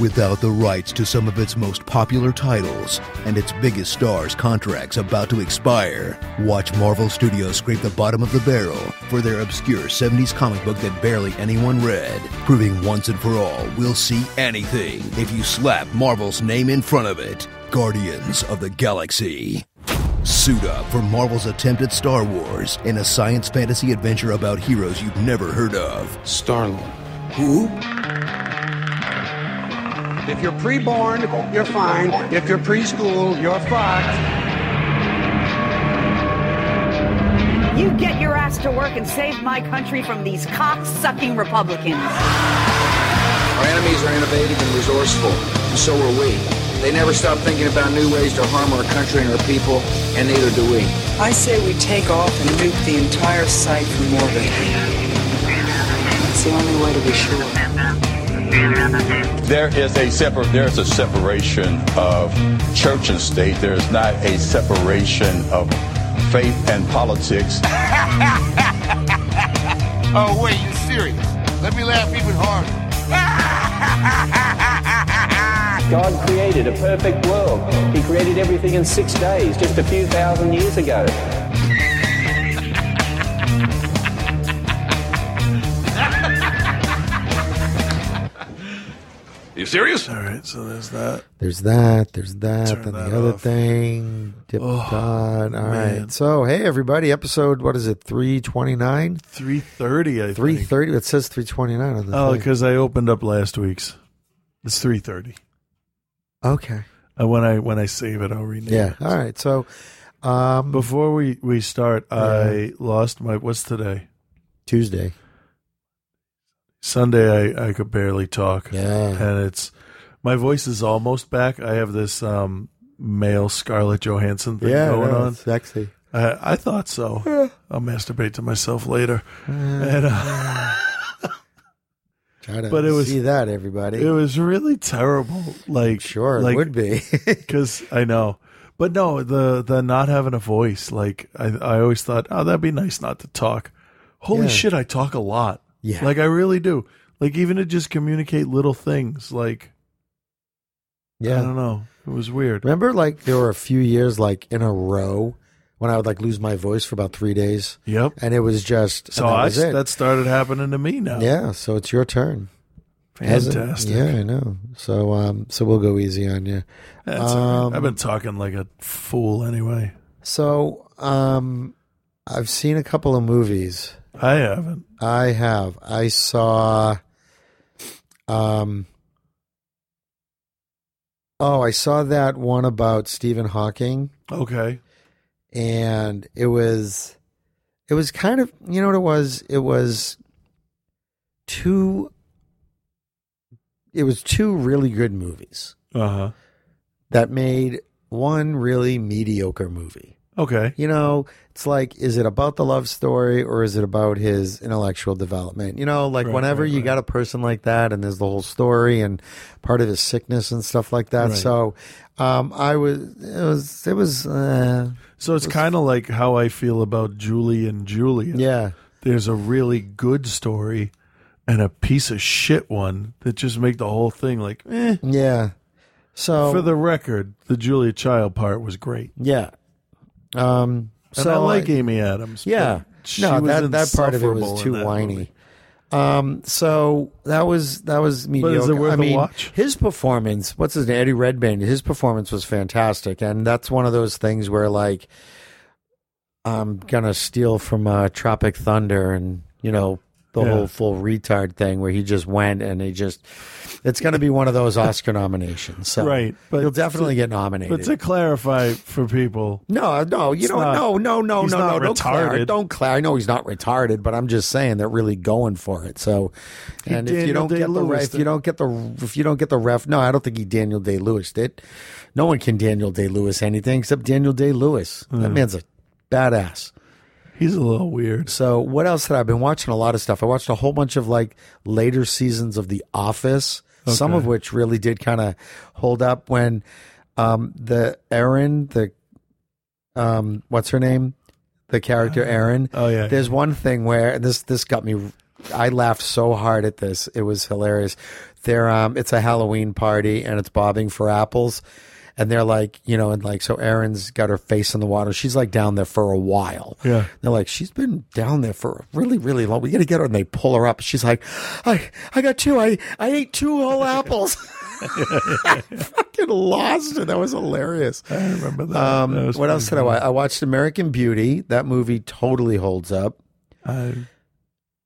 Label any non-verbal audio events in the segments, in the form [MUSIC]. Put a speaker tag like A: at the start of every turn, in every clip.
A: Without the rights to some of its most popular titles and its biggest stars' contracts about to expire, watch Marvel Studios scrape the bottom of the barrel for their obscure 70s comic book that barely anyone read, proving once and for all we'll see anything if you slap Marvel's name in front of it Guardians of the Galaxy. Suit up for Marvel's attempt at Star Wars in a science fantasy adventure about heroes you've never heard of.
B: Star Lord.
C: Who?
D: If you're pre-born, you're fine. If you're preschool, you're fucked.
E: You get your ass to work and save my country from these cock-sucking Republicans.
F: Our enemies are innovative and resourceful, and so are we. They never stop thinking about new ways to harm our country and our people, and neither do we.
G: I say we take off and nuke the entire site from orbit. It's the only way to be sure.
H: There is a separ- there is a separation of church and state. There is not a separation of faith and politics.
I: oh wait, you're serious? Let me laugh even harder.
J: God created a perfect world. He created everything in six days, just a few thousand years ago.
K: you serious?
L: All right, so there's that.
M: There's that. There's that. Turn then that the other off. thing. Dip oh, All man. right. So hey everybody, episode what is it? Three twenty nine.
L: Three thirty. I
M: three thirty. It says three twenty nine on the.
L: Oh, because I opened up last week's. It's three thirty.
M: Okay.
L: Uh, when I when I save it, I'll rename.
M: Yeah.
L: It.
M: All right. So, um,
L: before we we start, yeah. I lost my. What's today?
M: Tuesday.
L: Sunday, I I could barely talk.
M: Yeah.
L: And it's my voice is almost back. I have this um male Scarlett Johansson thing
M: yeah,
L: going no, on.
M: Sexy.
L: I, I thought so. Yeah. I'll masturbate to myself later. Uh, and, uh,
M: but it was, see that everybody.
L: It was really terrible. Like I'm
M: sure,
L: like,
M: it would be [LAUGHS]
L: because I know. But no, the the not having a voice. Like I, I always thought, oh, that'd be nice not to talk. Holy yeah. shit, I talk a lot.
M: Yeah,
L: like I really do. Like even to just communicate little things. Like yeah, I don't know. It was weird.
M: Remember, like there were a few years, like in a row when I would like lose my voice for about three days.
L: Yep.
M: And it was just
L: so that, I, was that started happening to me now.
M: Yeah. So it's your turn.
L: Fantastic.
M: It, yeah, I know. So um, so we'll go easy on you.
L: Um, right. I've been talking like a fool anyway.
M: So um, I've seen a couple of movies.
L: I haven't.
M: I have. I saw. Um. Oh, I saw that one about Stephen Hawking.
L: Okay
M: and it was it was kind of you know what it was it was two it was two really good movies
L: uh-huh.
M: that made one really mediocre movie
L: okay
M: you know it's like is it about the love story or is it about his intellectual development you know like right, whenever right, you right. got a person like that and there's the whole story and part of his sickness and stuff like that so um, i was it was it was uh,
L: so it's kind of like how I feel about Julie and Julian.
M: Yeah.
L: There's a really good story and a piece of shit one that just make the whole thing like, eh.
M: Yeah. So
L: for the record, the Julia Child part was great.
M: Yeah. Um
L: and so I like I, Amy Adams.
M: Yeah. No, that that part of it was too whiny. Movie. Um, so that was that was mediocre.
L: I
M: mean,
L: watch?
M: his performance. What's his name? Eddie Redmayne. His performance was fantastic, and that's one of those things where like I'm gonna steal from uh, Tropic Thunder, and you know the yeah. whole full retard thing where he just went and he just it's going to be one of those oscar [LAUGHS] nominations so
L: right
M: but he'll definitely to, get nominated
L: but to clarify for people
M: no no you don't no no no no no don't retarded. don't clear i know he's not retarded but i'm just saying they're really going for it so and he if Daniel you don't Day get Lewis the ref, if you don't get the if you don't get the ref no i don't think he daniel day lewis did no one can daniel day lewis anything except daniel day lewis mm. that man's a badass
L: He's a little weird.
M: So what else had I been watching? A lot of stuff. I watched a whole bunch of like later seasons of The Office, okay. some of which really did kind of hold up when um, the Erin, the um, what's her name, the character Erin.
L: Oh yeah.
M: There's
L: yeah.
M: one thing where this this got me. I laughed so hard at this; it was hilarious
I: they're um, it's a Halloween party and it's bobbing for apples, and they're like, you know, and like so Erin's got her face in the water. She's like down there for a while.
M: Yeah.
I: They're like, she's been down there for a really, really long. We got to get her, and they pull her up. She's like, I, I got two. I, I ate two whole apples. [LAUGHS] I fucking lost it. That was hilarious.
M: I remember that.
I: Um,
M: That was
I: what else did I
M: pretty
I: watch? I watched American Beauty. That movie totally holds up.
M: funny.
I: Uh,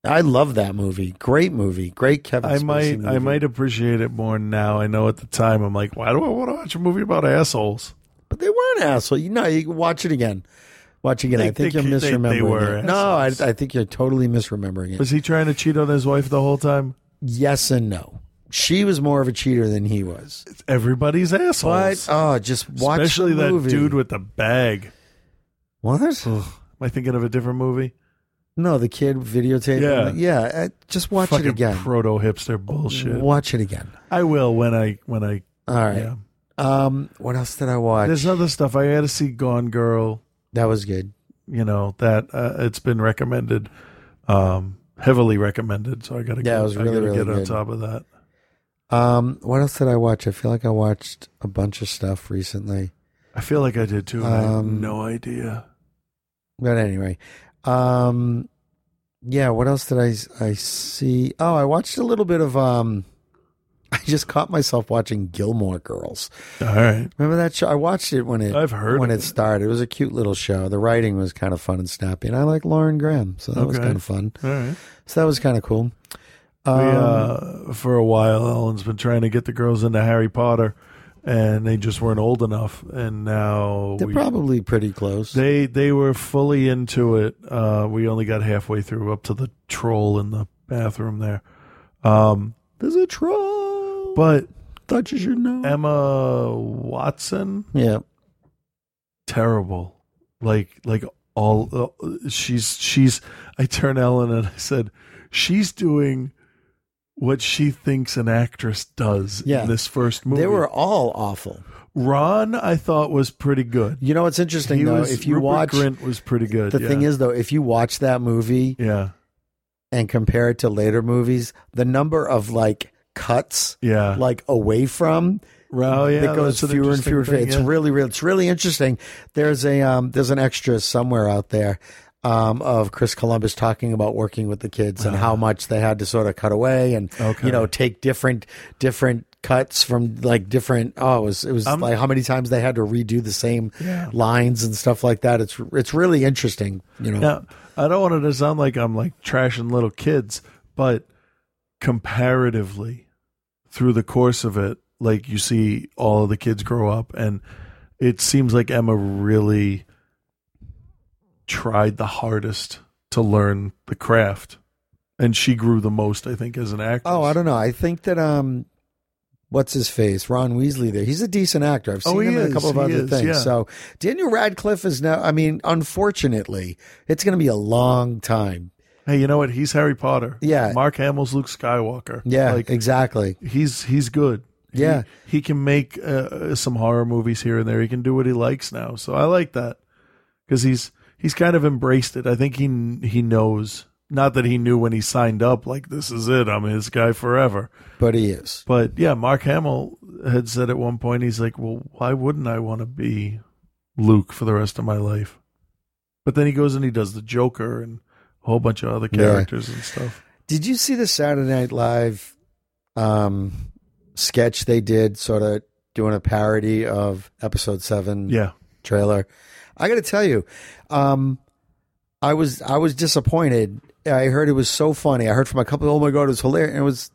I: I love that movie. Great movie. Great Kevin.
M: I, I
I: Spacey
M: might I
I: movie.
M: might appreciate it more now. I know at the time I'm like, why do I want to watch a movie about assholes?
I: but they were an asshole. You know, you can watch it again. Watch it again.
M: They-
I: I think
M: they-
I: you're
M: they- they
I: misremembering.
M: were
I: it. No, I, I think you're totally misremembering it.
M: Was he trying to cheat on his wife the whole time?
I: yes and no. She was more of a cheater than he was.
M: It's everybody's assholes.
I: But oh, just watch the
M: Especially that
I: movie.
M: dude with the bag.
I: what?
M: Ugh, am I thinking of a different movie?
I: No, the kid videotaping.
M: Yeah.
I: yeah. uh, Just watch
M: Fucking
I: it again.
M: Proto hipster bullshit.
I: Watch it again.
M: I will when I when I.
I: All right.
M: Yeah.
I: Um, what else did I watch?
M: There's other stuff. I had to see Gone Girl.
I: that was good.
M: You know that uh, it's been recommended, um, heavily recommended. So I got to
I: Yeah,
M: get,
I: it was
M: I
I: really,
M: gotta
I: really
M: get on
I: good.
M: top of that.
I: Um, what else did I watch? I feel like I watched a bunch of stuff recently.
M: I feel like I did too. and I have
I: Um,
M: no idea.
I: But anyway, um, yeah. What else did I I see? Oh, I watched a little bit of. Um, [LAUGHS] I just caught myself watching Gilmore Girls.
M: All right.
I: Remember that show? I watched it when it
M: I've heard
I: when
M: of
I: it
M: it.
I: started. It was a cute little show. The writing was kind of fun and snappy, and I like Lauren Graham, so that was
M: Okay.
I: kind of fun.
M: All right.
I: So that was kind of cool.
M: We,
I: Um,
M: uh, for a while, Ellen's been trying to get the girls into Harry Potter, and they just weren't old enough. And now
I: they're
M: we-
I: probably pretty close.
M: they they were fully into it. Uh, we only got halfway through, up to the troll in the bathroom there. Um,
I: There's a troll.
M: but
I: thought you should know.
M: Emma Watson,
I: yeah.
M: terrible. Like like all uh, she's she's. I turned Ellen and I said, she's doing what she thinks an actress does
I: Yeah.
M: in this first movie.
I: They were all awful.
M: Ron, I thought was pretty good.
I: You know what's interesting
M: He
I: though?
M: was-
I: if you
M: Rupert
I: watch
M: Grint was pretty good.
I: the
M: yeah.
I: thing is though, if you watch that movie
M: yeah,
I: and compare it to later movies, the number of like cuts
M: yeah,
I: like away from
M: oh, yeah,
I: that goes
M: that's an
I: fewer and
M: interesting
I: fewer. and fewer.
M: thing,
I: it's
M: yeah.
I: really, really, it's really interesting. There's a um, there's an extra somewhere out there um, of Chris Columbus talking about working with the kids and how much they had to sort of cut away and
M: Okay.
I: you know take different different cuts from like different. Oh, it was it was
M: I'm-
I: like how many times they had to redo the same
M: Um, Yeah.
I: lines and stuff like that. It's it's really interesting. You know,
M: Now, I don't want it to sound like I'm like trashing little kids, but comparatively, through the course of it, like you see all of the kids grow up, and it seems like Emma really tried the hardest to learn the craft, and she grew the most, I think, as an actress.
I: Oh, I don't know. I think that um, what's his face, Ron Weasley. There, he's a decent actor. I've seen
M: Oh, he
I: him in
M: is.
I: a couple of
M: He
I: other
M: is,
I: things.
M: yeah.
I: So Daniel Radcliffe is now. I mean, unfortunately, it's going to be a long time.
M: Hey, you know what? He's Harry Potter.
I: Yeah.
M: Mark Hamill's Luke Skywalker.
I: Yeah,
M: like
I: exactly.
M: he's he's good. He-
I: Yeah.
M: he, can make uh, some horror movies here and there. He can do what he likes now, so I like that because he's he's kind of embraced it. I think he he knows not that he knew when he signed up like this is it. I'm his guy forever.
I: But he is.
M: But yeah, Mark Hamill had said at one point he's like, well, why wouldn't I want to be Luke for the rest of my life? But then he goes and he does the Joker and a whole bunch of other
I: Yeah.
M: characters and stuff.
I: Did you see the Saturday Night Live um, sketch they did, sort of doing a parody of episode seven?
M: Yeah.
I: trailer. I got to tell you, um, I was I was disappointed. I heard it was so funny. I heard from a couple. Oh my god, it was hilarious. It was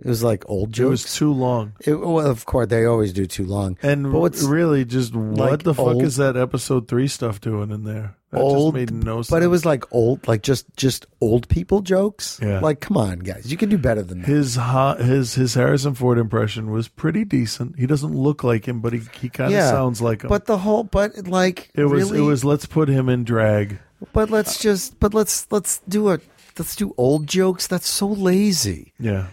I: it was like old
M: It was
I: jokes.
M: too long.
I: It well, of course, they always do too long.
M: And
I: but what's
M: really just what
I: like,
M: the fuck
I: old-
M: is that episode three stuff doing in there? That
I: old?
M: just made no sense.
I: But it was like old, like just just old people jokes.
M: Yeah.
I: Like, come on, guys, you can do better than that.
M: his ha- his his Harrison Ford impression was pretty decent. He doesn't look like him, but he, he kind of sounds like him.
I: But the whole, but like,
M: it was
I: really,
M: it was let's put him in drag.
I: But let's just, but let's let's do a let's do old jokes. That's so lazy.
M: Yeah,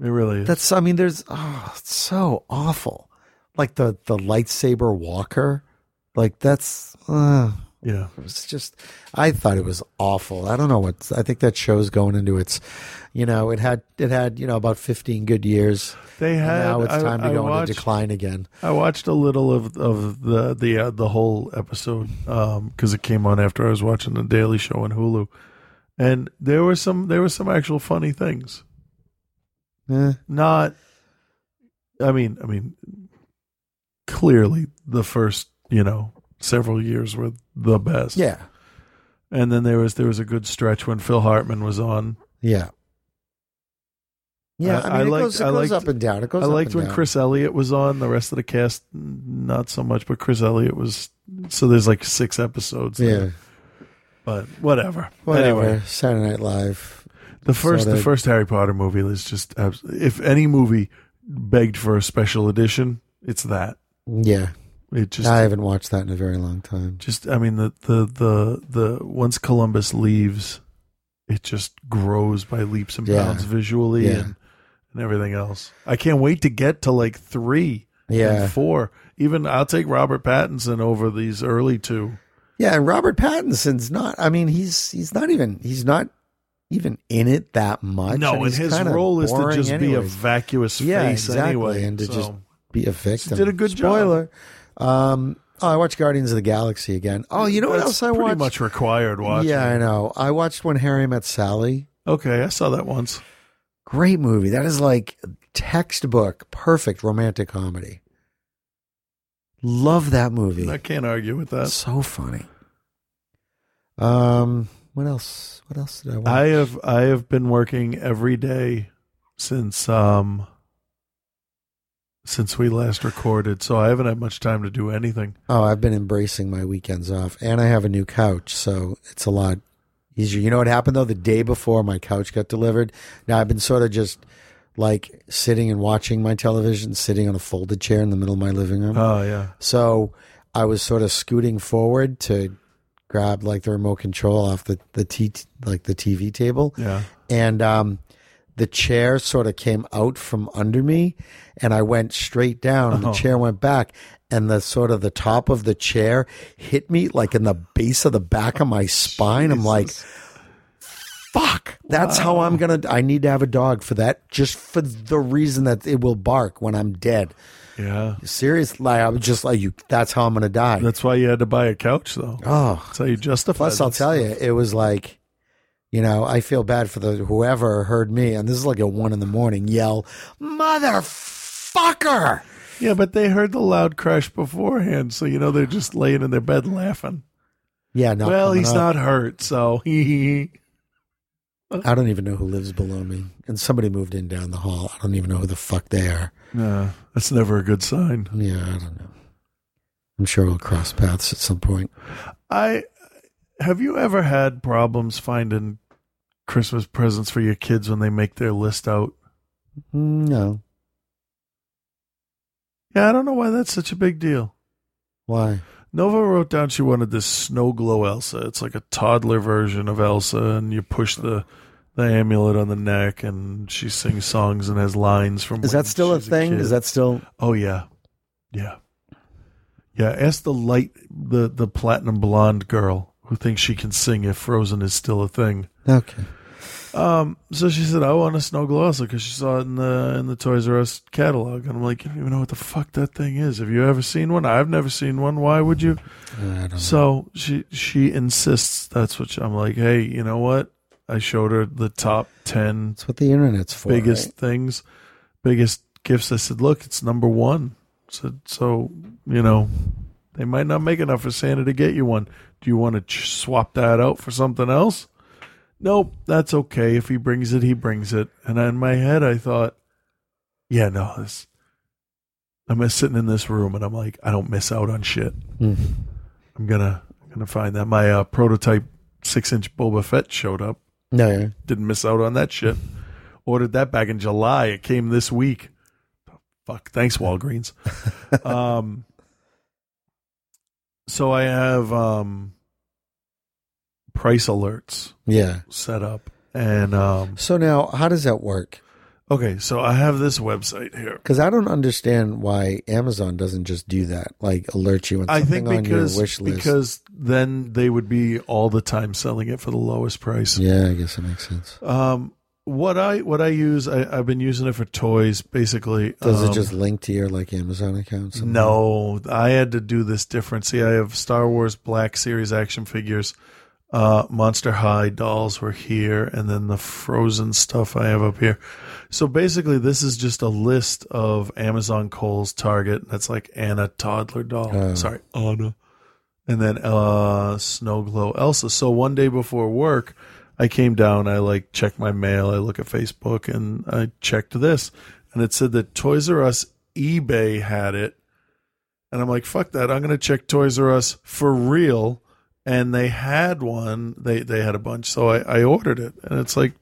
M: it really is.
I: That's I mean, there's oh, it's so awful. Like the the lightsaber walker, like that's uh,
M: Yeah.
I: It was just, I thought it was awful. I don't know what, I think that show's going into its, you know, it had, it had, you know, about 15 good years.
M: They had,
I: now it's time
M: I-
I: to
M: I
I: go
M: watched-
I: into decline again.
M: I watched a little of of the the uh, the whole episode because it came on after I was watching the Daily Show on Hulu, and there were some there were some actual funny things.
I: Eh.
M: Not, I mean, I mean, clearly the first you know several years were the best.
I: Yeah.
M: and then there was there was a good stretch when Phil Hartman was on.
I: Yeah. Yeah. I,
M: I- I
I: mean, it
M: liked-
I: goes, it
M: I
I: goes
M: liked-
I: up and down. It goes
M: I
I: up
M: liked
I: and
M: when
I: down.
M: Chris Elliott was on. The rest of the cast, not so much. But Chris Elliott was so there's like six episodes.
I: Yeah.
M: but whatever.
I: Whatever.
M: Anyway,
I: Saturday Night Live.
M: the first
I: Sorta-
M: the first Harry Potter movie is just abs- if any movie begged for a special edition, it's that.
I: Yeah.
M: It just
I: I haven't watched that in a very long time.
M: just I mean the the the the once Columbus leaves, it just grows by leaps and
I: Yeah.
M: bounds visually
I: Yeah.
M: and and everything else. I can't wait to get to like three
I: Yeah.
M: and four. Even I'll take Robert Pattinson over these early two.
I: Yeah, and Robert Pattinson's not. I mean, he's he's not even he's not even in it that much.
M: no, and
I: he's
M: his
I: kinda
M: role is to
I: boring
M: just be a
I: anyways.
M: vacuous
I: yeah,
M: face
I: exactly,
M: anyway.
I: and to
M: so.
I: just be a victim.
M: did a good job.
I: Spoiler. Um, oh, I watched Guardians of the Galaxy again. Oh, you know what
M: That's
I: else I
M: pretty
I: watched?
M: much required watching.
I: yeah, I know. I watched when Harry met Sally.
M: Okay, I saw that once.
I: Great movie. That is like textbook perfect romantic comedy. Love that movie.
M: I can't argue with that.
I: so funny. Um, what else? What else did I watch?
M: I have I have been working every day since um since we last recorded, so I haven't had much time to do anything.
I: oh, I've been embracing my weekends off, and I have a new couch, so it's a lot easier. You know what happened though? The day before my couch got delivered, now I've been sort of just like sitting and watching my television, sitting on a folded chair in the middle of my living room.
M: Oh yeah.
I: So I was sort of scooting forward to grab like the remote control off the the t- like the TV table.
M: Yeah.
I: And um the chair sort of came out from under me and I went straight down and the chair went back and the sort of the top of the chair hit me like in the base of the back of my spine. I'm like fuck that's how i'm gonna i need to have a dog for that just for the reason that it will bark when i'm dead
M: Yeah.
I: Seriously, like, I was just like, you. That's how I'm gonna die.
M: That's why you had to buy a couch though.
I: oh,
M: That's how you justify
I: plus I'll
M: this.
I: tell you, it was like, you know, I feel bad for the whoever heard me, and this is like at one in the morning. Yell, motherfucker!
M: Yeah, but they heard the loud crash beforehand, so you know they're just laying in their bed laughing.
I: Yeah, no.
M: well, he's not hurt, so [LAUGHS]
I: I don't even know who lives below me, and somebody moved in down the hall. I don't even know who the fuck they are.
M: Nah, that's never a good sign.
I: Yeah, I don't know. I'm sure we'll cross paths at some point.
M: I have you ever had problems finding Christmas presents for your kids when they make their list out?
I: No,
M: Yeah, I don't know why that's such a big deal.
I: why?
M: Nova wrote down she wanted this snow glow Elsa. It's like a toddler version of Elsa, and you push the the amulet on the neck, and she sings songs and has lines from.
I: Is
M: when
I: that still a
M: she's
I: thing?
M: kid.
I: Is that still?
M: Oh yeah, yeah, yeah. Ask the light the the platinum blonde girl who thinks she can sing if Frozen is still a thing.
I: Okay.
M: Um, so she said, "I want a snow glow Elsa because she saw it in the in the Toys R Us catalog." And I'm like, "You don't even know what the fuck that thing is. Have you ever seen one? I've never seen one. Why would you?"
I: I don't
M: So she she insists that's what she, I'm like. Hey, you know what? I showed her the top ten
I: That's what the internet's for.
M: biggest
I: right?
M: things, biggest gifts. I said, "Look, it's number one." So so you know, they might not make enough for Santa to get you one. Do you want to ch- swap that out for something else? Nope, that's okay. If he brings it, he brings it. And in my head, I thought, yeah, no, this. I'm just sitting in this room, and I'm like, I don't miss out on shit.
I: Mm-hmm.
M: I'm gonna I'm gonna find that my uh, prototype six inch Boba Fett showed up.
I: No, yeah.
M: Didn't miss out on that shit. Ordered that back in July. It came this week. Fuck. Thanks, Walgreens.
I: [LAUGHS]
M: um, so I have um, price alerts
I: yeah.
M: set up, and um,
I: So now, how does that work?
M: Okay, so I have this website here.
I: Because I don't understand why Amazon doesn't just do that, like alert you on
M: I
I: something
M: think because
I: on your wish list.
M: because then they would be all the time selling it for the lowest price.
I: yeah, I guess that makes sense.
M: Um, what I what I use, I, I've been using it for toys basically.
I: Does
M: um,
I: it just link to your like Amazon account? somehow?
M: No, I had to do this different. See, I have Star Wars Black Series action figures, uh, Monster High dolls were here, and then the Frozen stuff I have up here. So basically, this is just a list of Amazon, Kohl's, Target. That's like Anna toddler doll.
I: Oh.
M: Sorry, Anna, and then uh, Snow Glow Elsa. So one day before work. I came down, I like checked my mail, I look at Facebook, and I checked this. And it said that Toys R Us eBay had it. And I'm like, fuck that. I'm going to check Toys R Us for real. And they had one. They they had a bunch. So I, I ordered it. And it's like,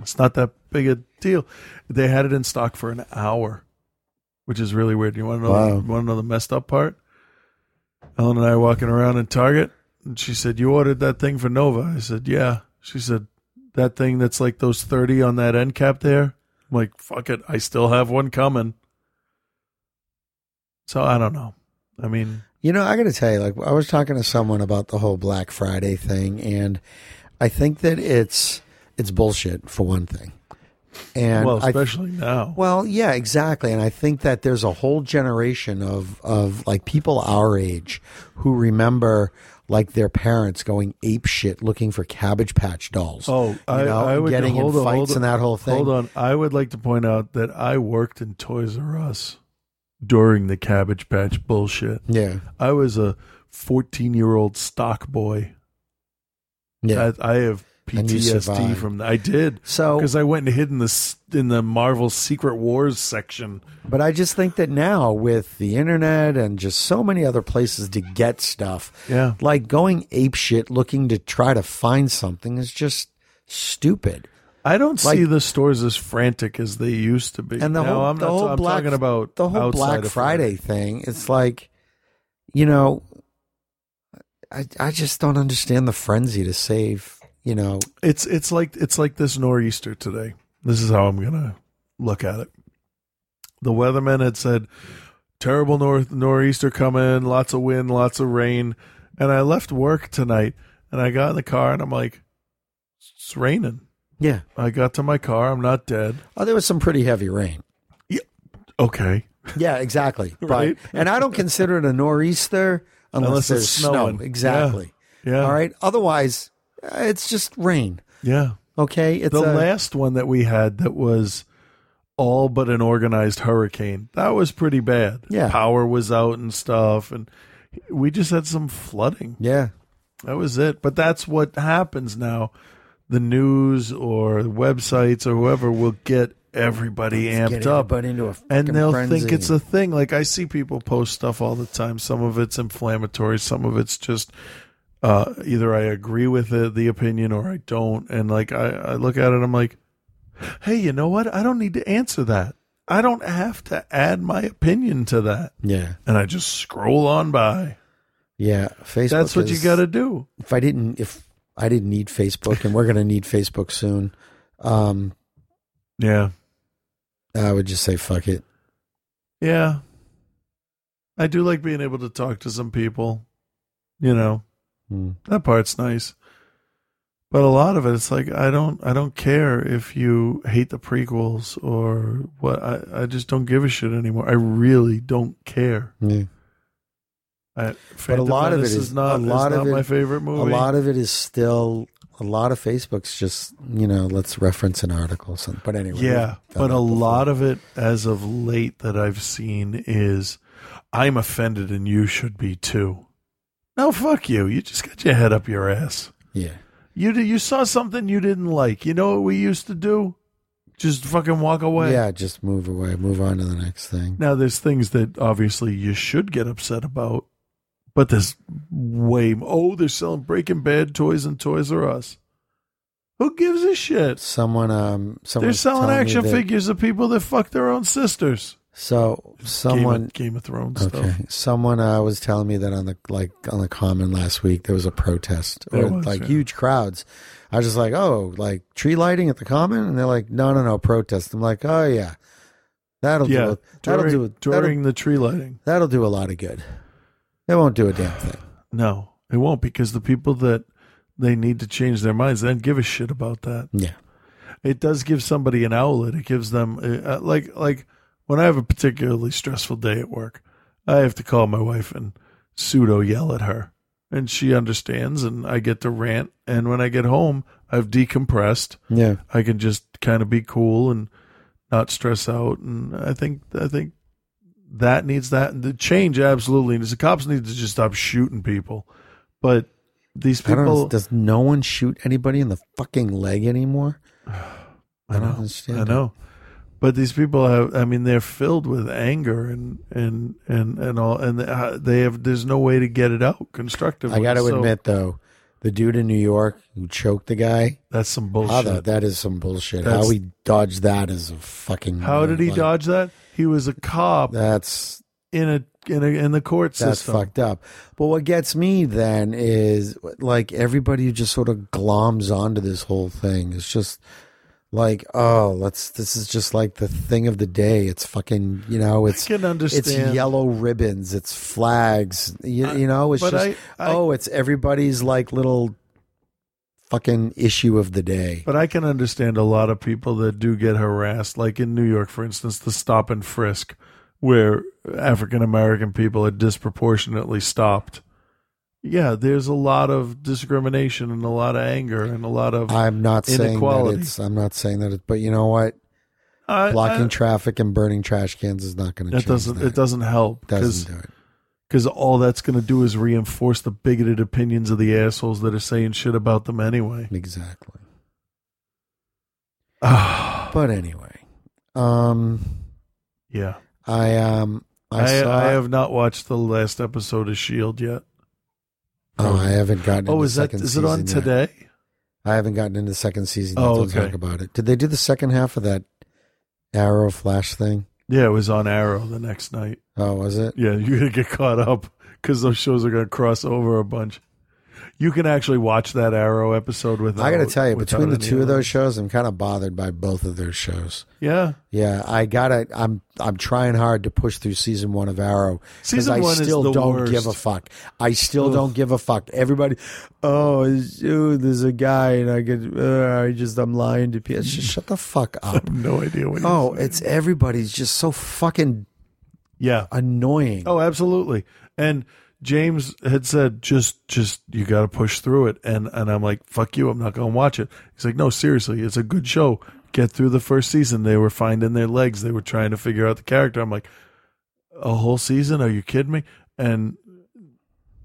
M: it's not that big a deal. They had it in stock for an hour, which is really weird. You want to know,
I: Wow.
M: you want to know the messed up part? Ellen and I were walking around in Target. And she said, You ordered that thing for Nova. I said, Yeah. She said, That thing that's like those 30 on that end cap there. I'm like, Fuck it. I still have one coming. So I don't know. I mean,
I: You know, I got to tell you, like, I was talking to someone about the whole Black Friday thing, and I think that it's it's bullshit for one thing. And
M: well,
I: I-
M: especially now.
I: Well, yeah, exactly. And I think that there's a whole generation of of like people our age who remember like their parents going ape shit looking for cabbage patch dolls.
M: Oh, I,
I: you know,
M: I
I: and
M: would
I: getting
M: hold
I: in
M: on,
I: fights
M: hold on,
I: and that whole thing.
M: Hold on, I would like to point out that I worked in Toys R Us during the Cabbage Patch bullshit.
I: Yeah.
M: I was a 14 year old stock boy.
I: Yeah.
M: I, I have
I: And you
M: PTSD
I: survived.
M: from that. I did
I: So-
M: because I went and hid in the s- in the Marvel Secret Wars section.
I: But I just think that now with the internet and just so many other places to get stuff,
M: Yeah.
I: like going apeshit looking to try to find something is just stupid.
M: I don't
I: Like-
M: see the stores as frantic as they used to be.
I: And the
M: Now,
I: whole
M: I'm,
I: the
M: not-
I: whole
M: I'm
I: Black
M: talking about
I: the whole
M: outside
I: Black
M: of
I: Friday thing. It's like, you know, I I just don't understand the frenzy to save. You know,
M: It's it's like it's like this nor'easter today. This is how I'm gonna look at it. The weatherman had said terrible north nor'easter coming, lots of wind, lots of rain, and I left work tonight and I got in the car and I'm like, it's raining.
I: yeah.
M: I got to my car. I'm not dead.
I: Oh, there was some pretty heavy rain.
M: Okay.
I: Yeah,
M: [LAUGHS]
I: exactly.
M: Right.
I: But and I don't consider it a nor'easter unless,
M: Unless it's
I: there's snow.
M: snowing.
I: Exactly.
M: Yeah.
I: All right. Otherwise, uh, it's just rain.
M: Yeah.
I: Okay. It's
M: the
I: a-
M: last one that we had that was all but an organized hurricane. That was pretty bad.
I: Yeah.
M: Power was out and stuff and we just had some flooding.
I: Yeah.
M: That was it. But that's what happens now. The news or websites or whoever will get everybody amped
I: get
M: up
I: everybody into a
M: and
I: fucking
M: they'll
I: frenzy.
M: think it's a thing. Like I see people post stuff all the time. Some of it's inflammatory, some of it's just uh, either I agree with it, the opinion or I don't. And like I, I look at it, I'm like, hey, you know what? I don't need to answer that. I don't have to add my opinion to that.
I: Yeah.
M: And I just scroll on by.
I: Yeah. Facebook.
M: That's what
I: is-
M: you got to do.
I: If I didn't, if I didn't need Facebook, and we're going to need Facebook soon, um,
M: Yeah.
I: I would just say fuck it.
M: Yeah. I do like being able to talk to some people. You know,
I: Hmm.
M: that part's nice. But a lot of it, it's like I don't, I don't care if you hate the prequels or what. I, I just don't give a shit anymore. I really don't care.
I: Yeah.
M: I,
I: but a
M: Phantom
I: lot of it
M: Menace
I: is,
M: not
I: a lot
M: is
I: of
M: not
I: it,
M: my favorite movie.
I: A lot of it is still a lot of Facebook's just you know let's reference an article. or something. But anyway,
M: Yeah, but a lot of it as of late that I've seen is I'm offended and you should be too. No, fuck you. You just got your head up your ass.
I: yeah,
M: You did, you saw something you didn't like. You know what we used to do? Just fucking walk away.
I: yeah. Just move away, move on to the next thing.
M: Now there's things that obviously you should get upset about, but there's way oh they're selling Breaking Bad toys and Toys R Us. Who gives a shit?
I: Someone, um, someone
M: They're selling action
I: figures.
M: figures of people that fuck their own sisters.
I: So someone
M: Game of, Game of Thrones
I: okay.
M: stuff.
I: Someone uh, was telling me that on the like on the common last week there was a protest
M: There
I: or
M: was,
I: like
M: yeah.
I: huge crowds. I was just like, oh, like tree lighting at the common, and they're like, no, no, no, protest. I'm like, oh yeah, that'll do.
M: Yeah,
I: It. That'll
M: during-
I: do. It. That'll,
M: during the tree lighting.
I: that'll do a lot of good. It won't do a damn thing.
M: No, it won't because the people that they need to change their minds, they don't give a shit about that.
I: Yeah.
M: It does give somebody an outlet. It gives them uh, uh, like like when I have a particularly stressful day at work, I have to call my wife and pseudo yell at her, and she understands, and I get to rant. And when I get home, I've decompressed.
I: Yeah.
M: I can just kind of be cool and not stress out. And I think I think that needs that the change absolutely needs. The cops need to just stop shooting people, but these
I: I don't.
M: people.
I: does no one shoot anybody in the fucking leg anymore? I don't understand.
M: I
I: it.
M: know, but these people have. I mean, they're filled with anger and and and and all, and they- uh, they have. There's no way to get it out constructively.
I: I got to
M: So
I: admit though, the dude in New York who choked the guy.
M: that's some
I: How the-
M: bullshit.
I: that is some bullshit.
M: That's-
I: How he dodged that is a fucking.
M: How did he
I: like,
M: dodge that? He was a cop
I: That's
M: in a in a in the court
I: that's
M: system.
I: fucked up. But what gets me then is like everybody who just sort of gloms onto this whole thing. It's just like, oh, let's. This is just like the thing of the day. It's fucking. You know, it's
M: can understand.
I: It's yellow ribbons. It's flags. You, you know, it's
M: but
I: just
M: I- I-
I: oh, it's everybody's like little fucking issue of the day.
M: But I can understand a lot of people that do get harassed, like in New York, for instance, the stop and frisk, where African American people are disproportionately stopped. Yeah, there's a lot of discrimination and a lot of anger and a lot of
I: I'm not saying that
M: inequality.
I: it's. I'm not saying that it's. But you know what?
M: I-
I: Blocking
M: I-
I: traffic and burning trash cans is not going to
M: that
I: change.
M: doesn't
I: that.
M: it doesn't help
I: doesn't do it.
M: because all that's going to do is reinforce the bigoted opinions of the assholes that are saying shit about them anyway.
I: [SIGHS] Exactly. but anyway, um,
M: Yeah,
I: I um, I,
M: I,
I: saw.
M: I have not watched the last episode of Shield E yet.
I: oh, I haven't gotten.
M: Oh,
I: into
M: is that
I: second
M: is it on
I: season yet.
M: today?
I: I haven't gotten into the second season.
M: Oh,
I: Oh, Don't
M: okay.
I: talk about it. Did they do the second half of that Arrow Flash thing?
M: Yeah, it was on Arrow the next night.
I: Oh, was it?
M: Yeah, [LAUGHS] you're gonna get caught up because those shows are gonna cross over a bunch. You can actually watch that Arrow episode without.
I: I got to tell you,
M: without
I: between the
M: any
I: two of
M: other-
I: those shows, I'm kind of bothered by both of those shows.
M: yeah,
I: Yeah, I gotta. I'm I'm trying hard to push through season one of Arrow because
M: Season
I: I
M: one is
I: still
M: the
I: don't
M: worst.
I: give a fuck. I still don't give a fuck. Everybody, oh, is- ooh, there's a guy, and I could. Uh, I just I'm lying to people. Just shut the fuck up.
M: [LAUGHS] no idea what. you're
I: oh,
M: saying.
I: it's everybody's just so fucking
M: yeah.
I: annoying.
M: Oh, absolutely. And James had said, just, just you got to push through it. And and I'm like, fuck you, I'm not gonna watch it. He's like, no, seriously, it's a good show. Get through the first season. They were finding their legs. They were trying to figure out the character. I'm like, a whole season? Are you kidding me? And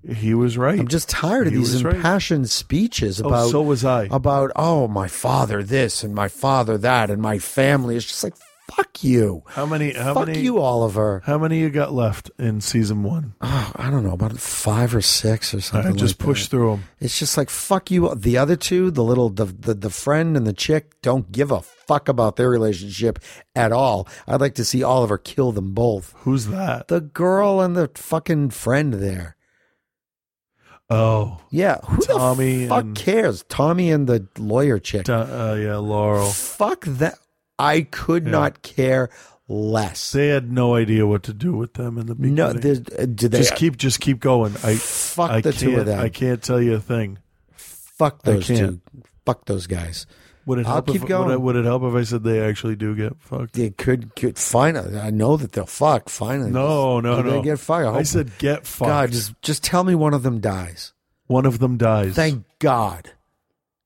M: he was right.
I: I'm just tired of
M: He
I: these
M: was right.
I: impassioned speeches
M: Oh,
I: about
M: so was I.
I: about oh my father this and my father that and my family. It's just like fuck you.
M: How many? How
I: fuck
M: many?
I: you, Oliver.
M: How many you got left in season one?
I: Oh, I don't know about five or six or
M: I
I: something.
M: just
I: like
M: pushed
I: that.
M: through them.
I: It's just like fuck you. The other two, the little the, the the friend and the chick, don't give a fuck about their relationship at all. I'd like to see Oliver kill them both.
M: Who's that?
I: The girl and the fucking friend there.
M: Oh,
I: Yeah, who
M: Tommy
I: the fuck
M: and-
I: cares? Tommy and the lawyer chick.
M: Da- uh, yeah, Laurel.
I: Fuck that. I could not care less.
M: They had no idea what to do with them in the beginning.
I: no, there's- uh, do they
M: just keep just keep going. I
I: Fuck
M: I
I: the two of
M: can't-
I: them.
M: I can't tell you a thing.
I: fuck
M: I
I: those two?
M: can't.
I: Fuck those guys.
M: Would it
I: I'll
M: help
I: keep
M: if,
I: going.
M: Would, it, would it help if I said they actually do get fucked?
I: They could get finally. I know that they'll fuck finally.
M: No, no,
I: They
M: no.
I: get fucked.
M: I said get fucked.
I: God, just just tell me one of them dies.
M: One of them dies.
I: Thank God.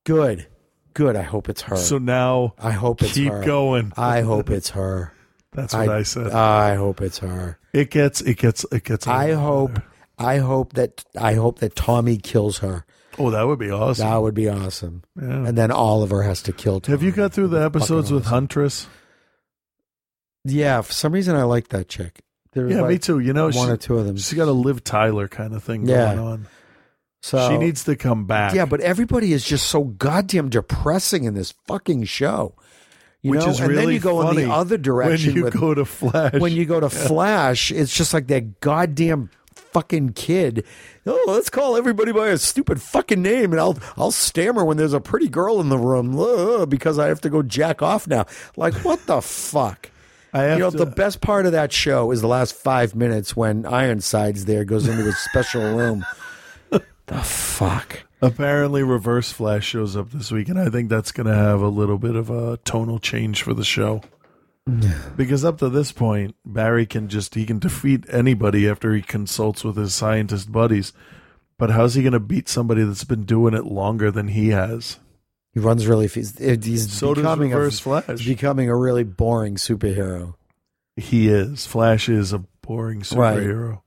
I: Good, good. I hope it's her.
M: So now
I: I hope it's
M: keep
I: her.
M: going.
I: I hope it's her.
M: [LAUGHS] That's what I, said.
I: I hope it's her.
M: it gets it gets it gets. a
I: I
M: lot
I: hope
M: better.
I: I hope that I hope that Tommy kills her.
M: Oh, that would be awesome.
I: That would be awesome. And then Oliver has to kill Tommy.
M: Have you got through the
I: That'd be
M: episodes
I: fucking
M: with
I: awesome.
M: Huntress?
I: Yeah, for some reason I like that chick. There was
M: Yeah, me
I: like
M: too. You know,
I: one
M: she,
I: or two of them.
M: She got a Liv Tyler kind of thing
I: Yeah.
M: going on.
I: so
M: she needs to come back.
I: Yeah, but everybody is just so goddamn depressing in this fucking show. You
M: Which
I: know?
M: is
I: and then
M: really
I: you go in
M: funny
I: the other direction.
M: when you
I: with-
M: go to Flash.
I: When you go to
M: Yeah.
I: Flash, it's just like that goddamn fucking kid. Oh, let's call everybody by a stupid fucking name, and I'll I'll stammer when there's a pretty girl in the room ugh, because I have to go jack off now. Like what the fuck?
M: I have
I: you know
M: to-
I: the best part of that show is the last five minutes when Ironside's there goes into his special
M: [LAUGHS]
I: room. The fuck.
M: Apparently, Reverse Flash shows up this week, and I think that's going to have a little bit of a tonal change for the show. because up to this point, Barry can just he can defeat anybody after he consults with his scientist buddies. But how's he going to beat somebody that's been doing it longer than he has?
I: He runs really. f- He's, he's
M: So does
I: becoming
M: Reverse
I: a,
M: Flash.
I: He's becoming a really boring superhero.
M: He is. Flash is a boring
I: Right.
M: superhero.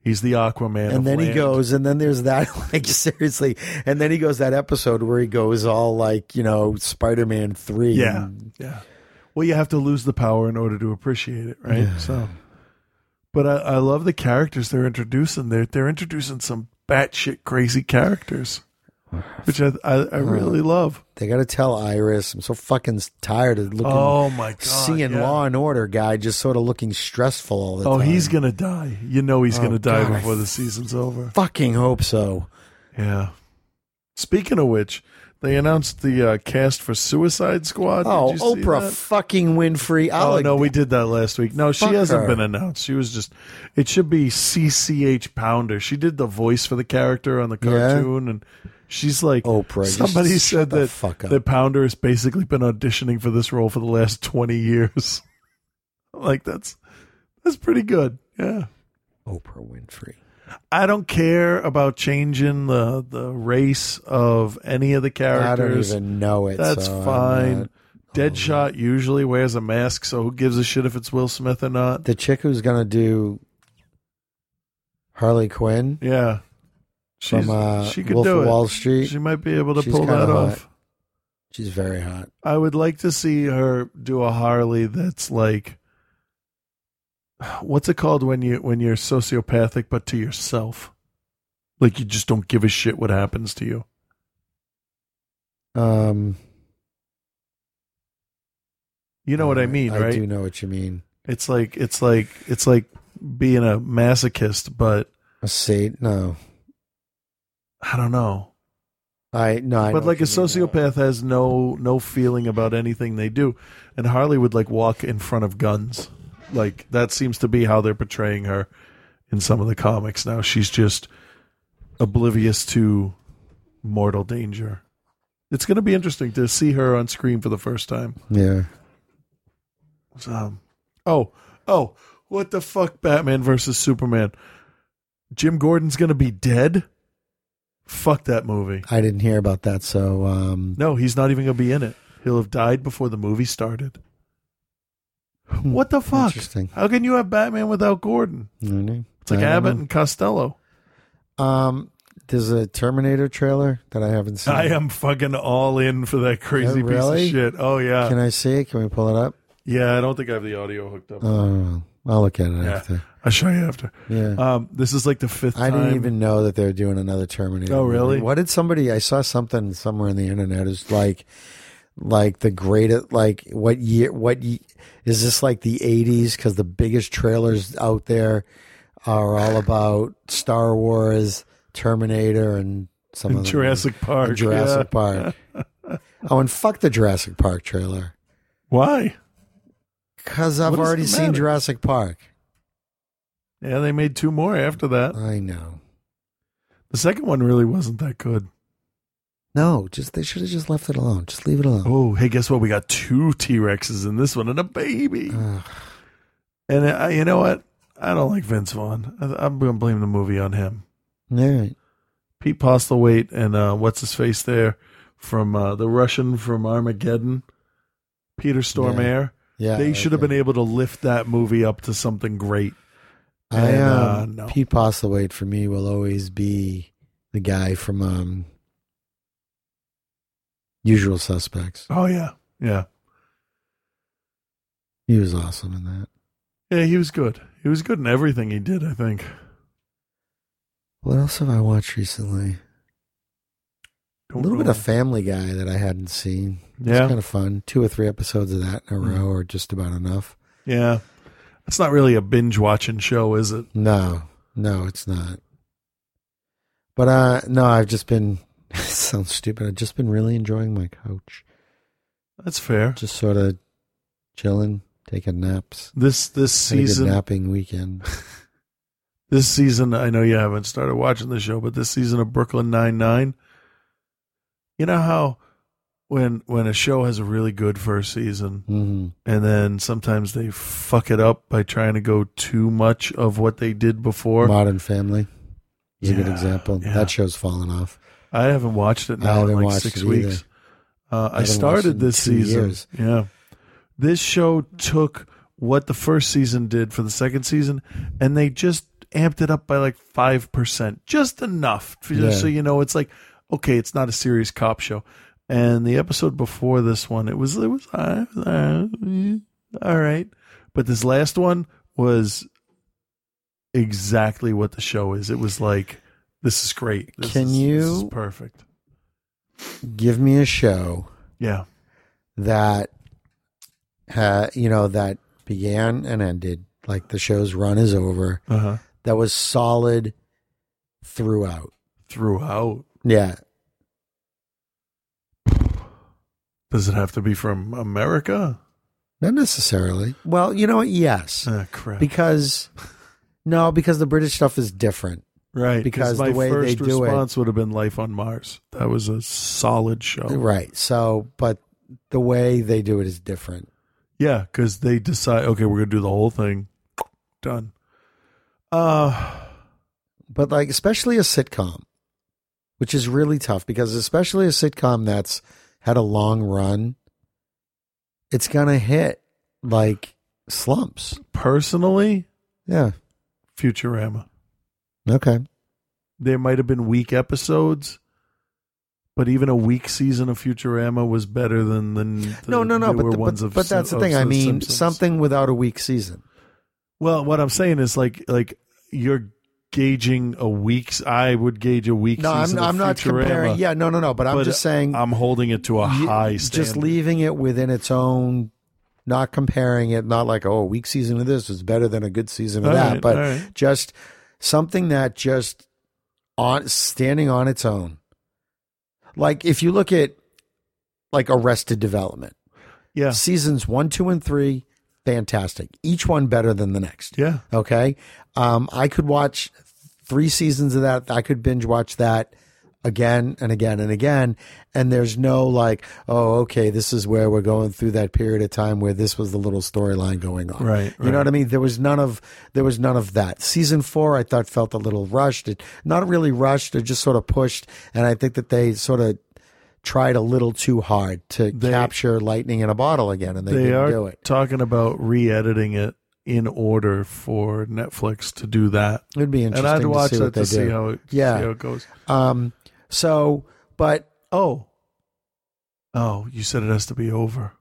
M: He's the Aquaman. of
I: and then he
M: land.
I: goes, and then there's that, [LAUGHS] like, seriously. And then he goes that episode where he goes all like, you know, Spider Man 3.
M: Yeah.
I: and-
M: Yeah. Well, you have to lose the power in order to appreciate it, right?
I: Yeah.
M: So, but I, I love the characters they're introducing. They're they're introducing some batshit crazy characters, which I I, I really love.
I: They got to tell Iris. I'm so fucking tired of looking.
M: Oh my god!
I: Seeing
M: yeah.
I: Law and Order guy just sort of looking stressful all the
M: Oh,
I: time.
M: he's gonna die. You know he's
I: Oh,
M: gonna die
I: God, I
M: before the season's over.
I: fucking hope so.
M: Yeah. Speaking of which, they announced the uh, cast for Suicide Squad. Did
I: Oh,
M: you see
I: Oprah
M: that?
I: fucking Winfrey.
M: Oh
I: I'll
M: no, we did that last week. No, she
I: Fuck
M: hasn't
I: her.
M: been announced. She was just. It should be CCH Pounder. She did the voice for the character on the
I: Yeah?
M: cartoon, and she's like
I: Oprah, you
M: Somebody
I: just
M: said
I: shut the
M: that
I: fuck up.
M: that Pounder has basically been auditioning for this role for the last twenty years. [LAUGHS] like that's that's pretty good. Yeah,
I: Oprah Winfrey.
M: I don't care about changing the the race of any of the
I: I don't
M: characters.
I: even know it.
M: That's
I: so I'm
M: fine.
I: not-
M: Deadshot usually wears a mask, so who gives a shit if it's Will Smith or not?
I: The chick who's gonna do Harley Quinn.
M: Yeah. She's,
I: From, uh,
M: she could
I: Wolf
M: do
I: of
M: it.
I: Wall Street.
M: She might be able to
I: She's
M: pull
I: kinda
M: that off.
I: hot. She's very hot.
M: I would like to see her do a Harley that's like what's it called when you when you're sociopathic but to yourself? Like you just don't give a shit what happens to you.
I: Um,
M: You know what I mean, right?
I: Uh, I do know what you mean.
M: It's like it's like it's like being a masochist, but
I: A sate? No,
M: I don't know.
I: I no. I know
M: but like a
I: what you mean,
M: sociopath has no no feeling about anything they do and harley would like walk in front of guns like that seems to be how they're portraying her in some of the comics now she's just oblivious to mortal danger it's going to be interesting to see her on screen for the first time
I: though. Yeah.
M: um, oh oh what the fuck batman versus superman jim gordon's going to be dead fuck that movie
I: I didn't hear about that. So um,
M: No, he's not even going to be in it. He'll have died before the movie started. [LAUGHS] What the fuck?
I: Interesting.
M: How can you have Batman without Gordon?
I: no.
M: It's like Abbott and Costello.
I: Um, there's a Terminator trailer that I haven't seen.
M: I am fucking all in for that crazy
I: Yeah, really?
M: piece of shit. Oh yeah,
I: Can I see it? Can we pull it up?
M: yeah. I don't think I have the audio hooked up.
I: Oh, I'll look at it
M: yeah.
I: after.
M: I'll show you after.
I: Yeah.
M: Um, this is like the fifth.
I: I didn't
M: time-
I: even know that they were doing another Terminator.
M: Oh,
I: movie.
M: really?
I: What did somebody? I saw something somewhere on the internet. Is like, like the greatest. Like what year? What ye, is this? Like the eighties? Because the biggest trailers out there are all about Star Wars, Terminator, and some
M: And
I: other
M: Jurassic
I: movie.
M: Park,
I: And Jurassic
M: yeah.
I: Park. oh, and fuck the Jurassic Park trailer.
M: Why?
I: Because I've
M: What is
I: already
M: the
I: seen
M: matter?
I: Jurassic Park.
M: Yeah, they made two more after that.
I: I know.
M: The second one really wasn't that good.
I: No, just they should have just left it alone. Just leave it alone.
M: Oh, hey, guess what? We got two T Rexes in this one and a baby. And I, you know what? I don't like Vince Vaughn. I, I'm going to blame the movie on him.
I: All right.
M: Pete Postlewaite and uh, what's his face there from uh, the Russian from Armageddon, Peter Stormare.
I: Yeah,
M: they
I: I
M: should
I: like
M: have been
I: that.
M: able to lift that movie up to something great.
I: I
M: And,
I: um,
M: uh, no.
I: Pete Postlewaite for me will always be the guy from um, Usual Suspects.
M: Oh yeah, yeah,
I: He was awesome in that.
M: yeah. He was good. He was good in everything he did. I think.
I: What else have I watched recently? a little bit of Family Guy that I hadn't seen. Yeah, it's kind of fun. Two or three episodes of that in a row are just about enough.
M: Yeah, it's not really a binge watching show, is it?
I: No, no, it's not. But uh, no, I've just been. [LAUGHS] sounds stupid. I've just been really enjoying my couch.
M: That's fair.
I: Just sort of chilling, taking naps.
M: This this
I: Had a good
M: season,
I: napping weekend.
M: this season, I know you haven't started watching the show, but this season of Brooklyn Nine Nine. You know how when when a show has a really good first season,
I: hmm
M: and then sometimes they fuck it up by trying to go too much of what they did before.
I: Modern Family is a good
M: Yeah,
I: example.
M: yeah.
I: That show's fallen off.
M: I haven't watched it
I: I
M: now in
I: haven't
M: like
I: watched
M: six
I: it either.
M: weeks. Uh, I,
I: haven't watched it in
M: started this
I: two
M: season.
I: years.
M: Yeah, this show took what the first season did for the second season, and they just amped it up by like five percent, just enough, for,
I: Yeah.
M: so you know it's like okay, it's not a serious cop show. And the episode before this one, it was it was uh, uh, eh, all right, but this last one was exactly what the show is. It was like this is great. This
I: Can
M: is- this is
I: you-
M: perfect?
I: Give me a show
M: Yeah.
I: that ha you know that began and ended like the show's run is over
M: Uh huh.
I: that was solid throughout
M: Throughout.
I: yeah
M: Does it have to be from America?
I: not necessarily well you know what yes
M: Ah, crap.
I: because no because the british stuff is different
M: right.
I: because
M: my
I: the way they
M: first
I: do it-
M: response would have been Life on Mars. That was a solid show.
I: right so but the way they do it is different
M: Yeah, because they decide, okay, we're gonna do the whole thing. Done. Uh
I: but like especially a sitcom which is really tough because especially a sitcom that's had a long run it's gonna hit like slumps
M: personally,
I: yeah
M: Futurama.
I: okay
M: There might have been weak episodes. But even a weak season of Futurama was better than the
I: no no no
M: newer
I: but, the-
M: ones
I: but,
M: of
I: but that's the
M: Sim- of
I: thing i mean
M: Simpsons.
I: something without a weak season
M: Well, what I'm saying is like like you're gauging a week's. I would gauge a week.
I: no i'm,
M: season of
I: I'm not
M: Futurama,
I: comparing yeah no no no but i'm
M: but
I: just saying
M: I'm holding it to a
I: you-
M: high. Standard.
I: just leaving it within its own not comparing it not like oh a weak season of this is better than a good season of
M: All
I: that
M: right,
I: but
M: all right.
I: just something that just on standing on its own like if you look at like arrested development
M: Yeah,
I: seasons 1 2 and 3 fantastic each one better than the next
M: yeah,
I: Okay. Um, I could watch three seasons of that. I could binge watch that again and again and again. And there's no like, oh, okay, this is where we're going through that period of time where this was the little storyline going on.
M: Right,
I: You know
M: right.
I: what I mean? There was none of there was none of that. Season four I thought felt a little rushed. It not really rushed, it just sort of pushed. And I think that they sort of tried a little too hard to
M: They-
I: capture lightning in a bottle again and they,
M: they
I: didn't
M: are
I: do it.
M: talking about re-editing it in order for Netflix to do that.
I: It'd be
M: And
I: interesting
M: I'd watch
I: to see
M: that
I: what they
M: to see
I: do.
M: how it
I: yeah.
M: see how it goes.
I: Um, so, but
M: Oh, oh, you said it has to be over.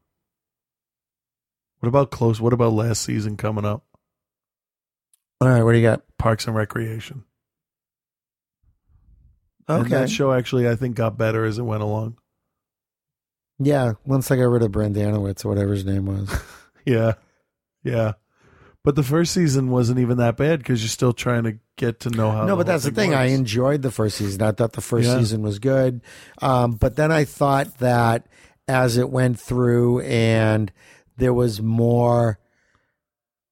M: What about close? What about last season coming up?
I: all right, what do you got?
M: Parks and Recreation. And
I: Okay,
M: that show actually, I think, got better as it went along.
I: yeah. Once I got rid of Brandanowitz or whatever his name was,
M: Yeah. Yeah. But the first season wasn't even that bad because you're still trying to get to know how.
I: no, but that's the thing. I
M: enjoy.
I: enjoyed the first season. I thought the first
M: Yeah.
I: season was good, um, but then I thought that as it went through and there was more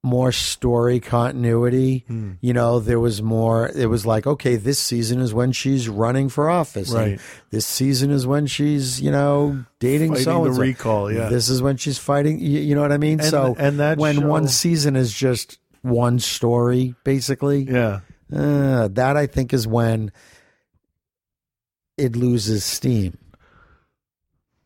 I: more story continuity
M: Hmm.
I: you know there was more it was like okay this season is when she's running for office and
M: Right.
I: this season is when she's you know dating
M: Fighting
I: so
M: the recall, yeah.
I: this is when she's fighting you, you know what i mean
M: And-
I: so
M: and that
I: when
M: show-
I: one season is just one story basically
M: Yeah.
I: uh, that I think is when it loses steam.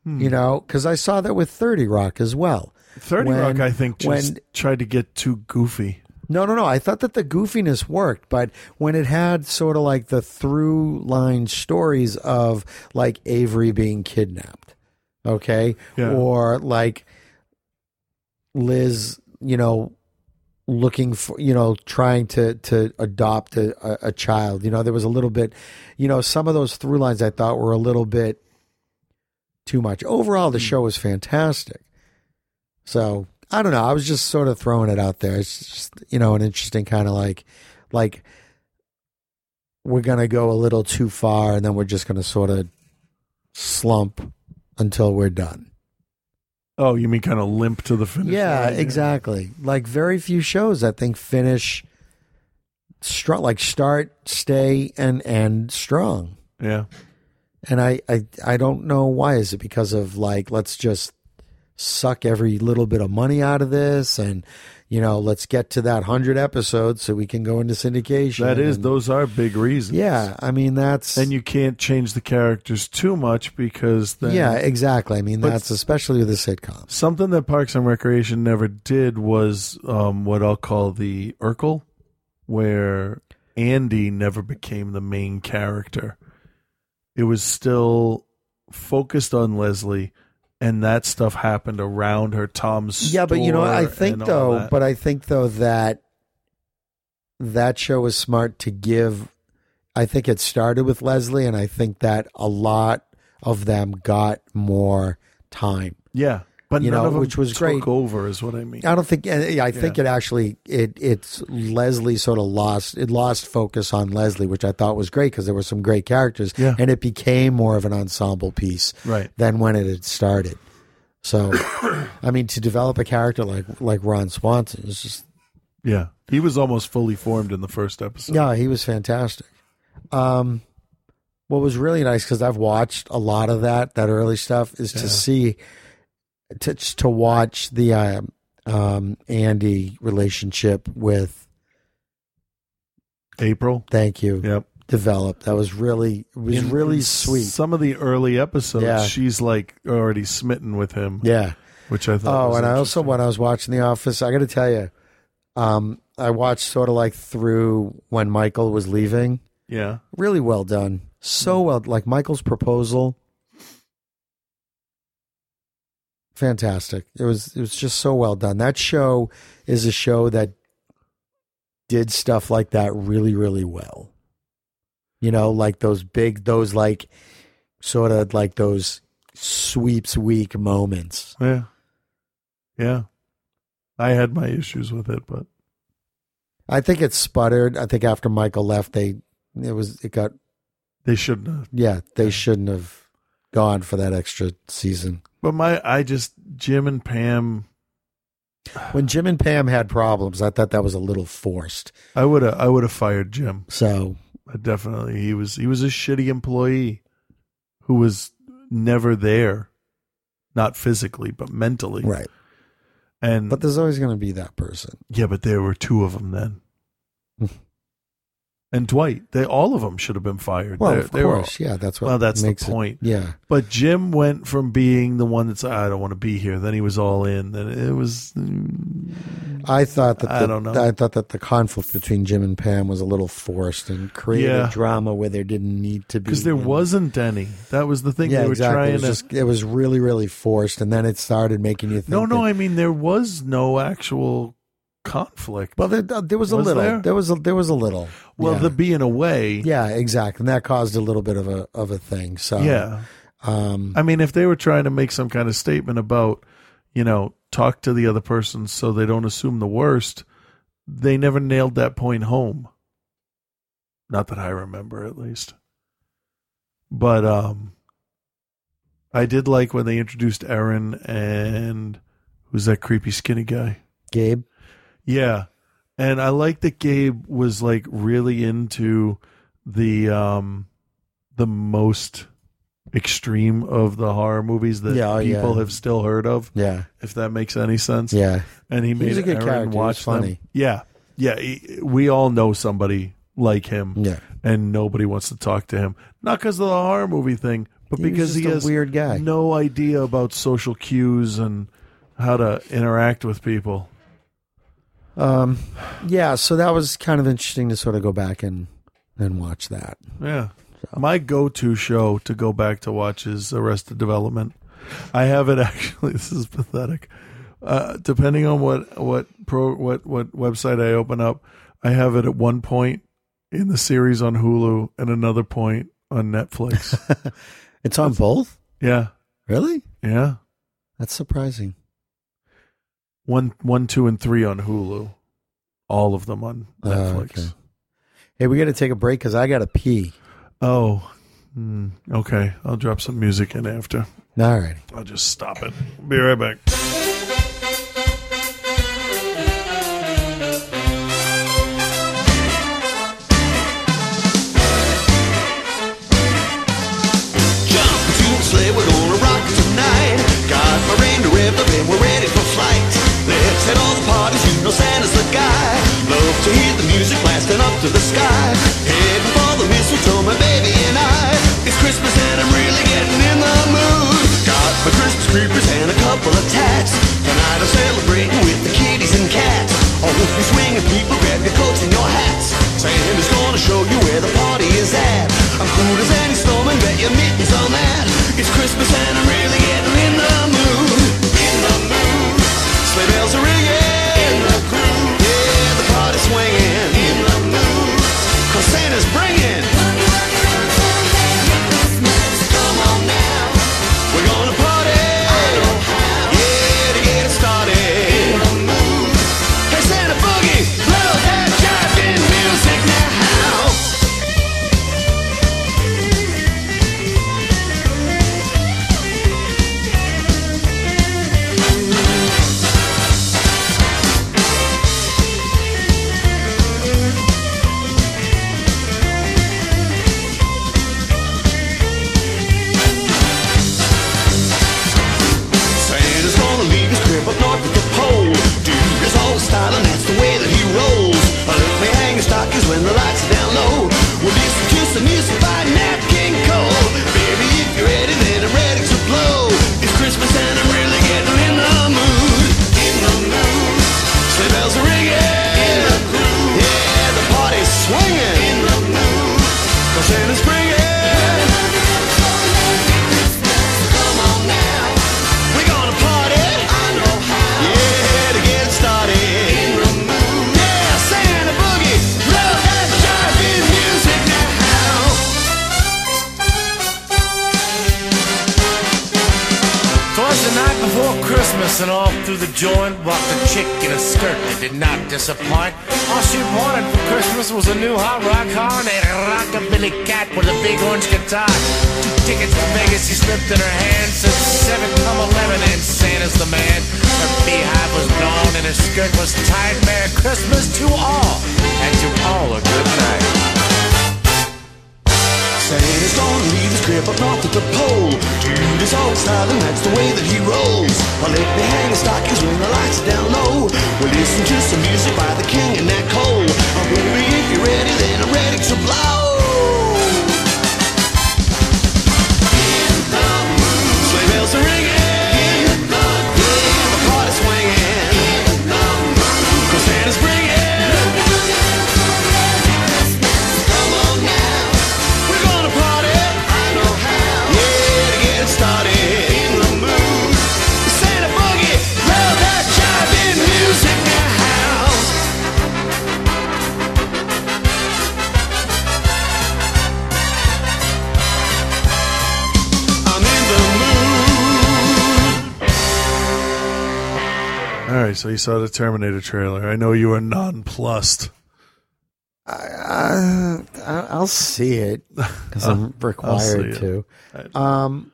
I: You know, because I saw that with Thirty Rock as well.
M: 30
I: When-
M: Rock, I think, just
I: when-
M: tried to get too goofy.
I: No, no, no. I thought that the goofiness worked, but when it had sort of like the through line stories of like Avery being kidnapped, okay,
M: Yeah.
I: or like Liz, you know, looking for, you know, trying to to adopt a, a, a child. You know, there was a little bit, you know, some of those through lines I thought were a little bit too much. Overall, the show was fantastic. So I don't know. I was just sort of throwing it out there. It's just you know an interesting kind of like like we're gonna go a little too far, and then we're just gonna sort of slump until we're done.
M: Oh, you mean kind of limp to the finish?
I: Yeah, line, exactly. Yeah. Like very few shows, I think, finish strong. Like start, stay, and end strong.
M: Yeah.
I: And I, I, I don't know why. Is it because of like let's just suck every little bit of money out of this, and you know let's get to that hundred episodes so we can go into syndication.
M: That is,
I: and,
M: those are big reasons.
I: Yeah, I mean that's
M: and you can't change the characters too much because then,
I: yeah, exactly. I mean that's especially with a sitcom.
M: Something that Parks and Recreation never did was um, what I'll call the Urkel, where Andy never became the main character it was still focused on Leslie, and that stuff happened around her. Tom's
I: yeah, but you know, I think though, but I think though that that show was smart to give. I think it started with Leslie, and I think that a lot of them got more time.
M: Yeah, but
I: you
M: know,
I: which was great.
M: Over is what I mean.
I: I don't think. I think yeah. it actually it it's Leslie sort of lost it lost focus on Leslie, which I thought was great because there were some great characters,
M: yeah.
I: and it became more of an ensemble piece
M: right.
I: than when it had started. So, I mean, to develop a character like like Ron Swanson is just
M: yeah, he was almost fully formed in the first episode.
I: Yeah, he was fantastic. Um, what was really nice because I've watched a lot of that that early stuff is yeah. to see to to watch the uh, um, Andy relationship with
M: April.
I: Thank you.
M: Yep.
I: Develop. That was really was in, really sweet.
M: Some of the early episodes, yeah. she's like already smitten with him.
I: Yeah.
M: Which I thought.
I: Oh, and I also when I was watching The Office, I got to tell you, um, I watched sort of like through when Michael was leaving.
M: Yeah.
I: Really well done. So well, like Michael's proposal fantastic. It was it was just so well done. That show is a show that did stuff like that really really well. You know, like those big those like sort of like those sweeps week moments.
M: Yeah. Yeah. I had my issues with it, but
I: I think it sputtered. I think after Michael left they it was it got
M: they shouldn't have.
I: Yeah, they shouldn't have gone for that extra season.
M: But my, I just Jim and Pam.
I: When Jim and Pam had problems, I thought that was a little forced.
M: I would have, I would have fired Jim.
I: So
M: I definitely, he was, he was a shitty employee who was never there, not physically but mentally,
I: right?
M: And
I: but there's always going to be that person.
M: Yeah, but there were two of them
I: [LAUGHS]
M: then. and Dwight. They all of them should have been fired.
I: Well,
M: they,
I: of course, were, yeah, that's what.
M: Well, that's the
I: makes
M: point.
I: It, yeah,
M: but Jim went from being the one that's I don't want to be here. Then he was all in. Then it was.
I: I thought that
M: I
I: the,
M: don't know.
I: I thought that the conflict between Jim and Pam was a little forced and created
M: yeah.
I: drama where there didn't need to be.
M: Because there
I: and,
M: wasn't any. That was the thing
I: yeah,
M: they were
I: exactly.
M: trying
I: it was
M: to.
I: Just, it was really, really forced, and then it started making you think.
M: No, no.
I: that,
M: I mean, there was no actual conflict.
I: Well, there, uh, there was a
M: Was
I: little.
M: there?
I: There? was a, there was a little.
M: Well,
I: yeah.
M: the being away.
I: yeah, exactly, and that caused a little bit of a of a thing. So
M: Yeah.
I: um,
M: I mean, if they were trying to make some kind of statement about, you know, talk to the other person so they don't assume the worst, they never nailed that point home. Not that I remember, at least. But um, I did like when they introduced Aaron and who's that creepy skinny guy?
I: Gabe,
M: Yeah. And I like that Gabe was like really into the um the most extreme of the horror movies that
I: Yeah, oh, yeah.
M: people have still heard of,
I: yeah,
M: if that makes any sense.
I: yeah,
M: And he
I: He was
M: made
I: a good
M: Aaron
I: character. He
M: watch
I: was funny.
M: them. Yeah. Yeah, he- we all know somebody like him.
I: Yeah.
M: And nobody wants to talk to him. Not cuz of the horror movie thing, but
I: He was
M: because he
I: just a
M: has
I: weird guy.
M: no idea about social cues and how to interact with people.
I: yeah. So that was kind of interesting to sort of go back and and watch that.
M: Yeah. My go to show to go back to watch is Arrested Development. I have it [LAUGHS] actually. This is pathetic. Uh, depending on what what pro what what website I open up, I have it at one point in the series on Hulu and another point on Netflix.
I: It's on both.
M: yeah,
I: Really?
M: Yeah.
I: That's surprising.
M: One, one, two, and three on Hulu. All of them on
I: Oh,
M: Netflix.
I: okay. Hey, we got to take a break because I got to pee.
M: Oh, mm, okay. I'll drop some music in after.
I: All right.
M: I'll just stop it. Be right back.
F: Jump to a sleigh, we're gonna rock tonight. Got my reindeer revved up and we're ready for flight. Let's hit all the parties, you know Santa's the guy. Love to hear the music blasting up to the sky. Heading for the mistletoe, my baby and I. It's Christmas and I'm really getting in the mood. Got my Christmas creepers and a couple of tats. Tonight I'm celebrating with the kitties and cats. Oh, if you swinging people, grab your coats and your hats. Santa's gonna show you where the party is at. I'm cool as any snowman, bet your mittens on that. It's Christmas and I'm really getting in the mood. In the mood. Sleigh bells are ringing. In the groove. Yeah, the party's swinging. In the mood. Cause Santa's bringing. Come on now. We're gonna party. Yeah, to get it started. In the mood. Hey, Santa Boogie, blow that jiving music now. Santa's gonna leave his crib up north at the pole. Dude is all style and that's the way that he rolls. I let me hang his stockings when the lights are down low. We'll listen to some music by Nat King Cole. Baby, if you're ready, then I'm ready to blow. It's Christmas and I'm really getting in the mood. In the mood. Sleigh bells are ringing. In the groove. Yeah, the party's swinging. In the mood. Cause Santa's bringing. Come on now. We're gonna party. I know how. Yeah, to get started. In the mood. Yeah, Santa Boogie. Love that jiving music now.
C: Twas the night before Christmas, and all through the joint walked a chick in a skirt that did not disappoint. All she wanted for Christmas was a new hot rock car and a rockabilly cat with a big orange guitar. Two tickets to Vegas she slipped in her hand, said seven come eleven, and Santa's the man. Her beehive was blown and her skirt was tied. Merry Christmas to all, and to all a good night.
F: Santa's gonna leave his crib up north at the pole. Dude is all style and that's the way that he rolls. I let me hang his stockings when the lights are down low. We listen to some music by the king and that coal. Oh, baby, if you're ready, then I'm ready to blow. In the mood. Sleigh bells are ringing. In the groove. Yeah, the party's swinging. In the mood. Cause Santa's bringing. Come on now. We're gonna party. I know how. Yeah, to get it started. In the mood. Santa Boogie, love that jiving music now. I'm in the mood.
M: All right, so you saw the Terminator trailer. I know you were nonplussed.
I: Uh, I- I'll see it [LAUGHS] because I'm
M: I'll
I: required
M: see
I: to.
M: it.
I: Um,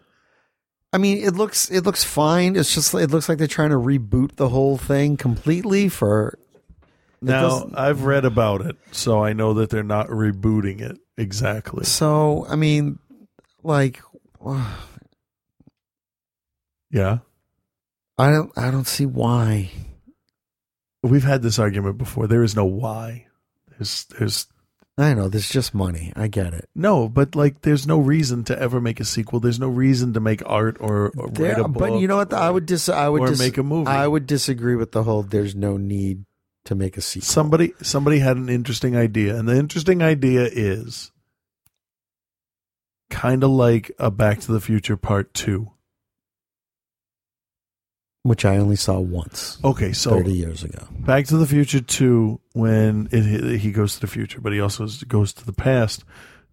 I: I mean, it looks it looks fine. It's just it looks like they're trying to reboot the whole thing completely for. it
M: Now
I: doesn't-
M: I've read about it, so I know that they're not rebooting it exactly.
I: so I mean, like, [SIGHS]
M: Yeah,
I: I don't I don't see why.
M: We've had this argument before. There is no why. There's there's
I: I know there's just money. I get it.
M: no, but like there's no reason to ever make a sequel. There's no reason to make art or, or
I: There-
M: write a book.
I: but you know what? I would dis. I would
M: or
I: dis-
M: make a movie.
I: I would disagree with the whole. There's no need to make a sequel.
M: somebody somebody had an interesting idea, and the interesting idea is kind of like a Back to the Future Part Two.
I: which I only saw once.
M: Okay, so
I: thirty years ago.
M: Back to the Future Two, when it, he goes to the future, but he also goes to the past.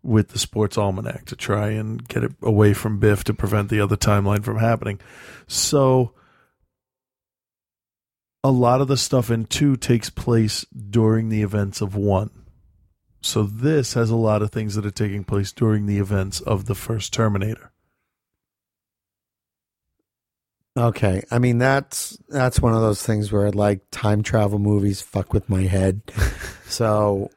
M: with the sports almanac to try and get it away from Biff to prevent the other timeline from happening. So a lot of the stuff in 2 takes place during the events of 1. So this has a lot of things that are taking place during the events of the first Terminator.
I: Okay, I mean that's that's one of those things where like time travel movies fuck with my [LAUGHS] head. so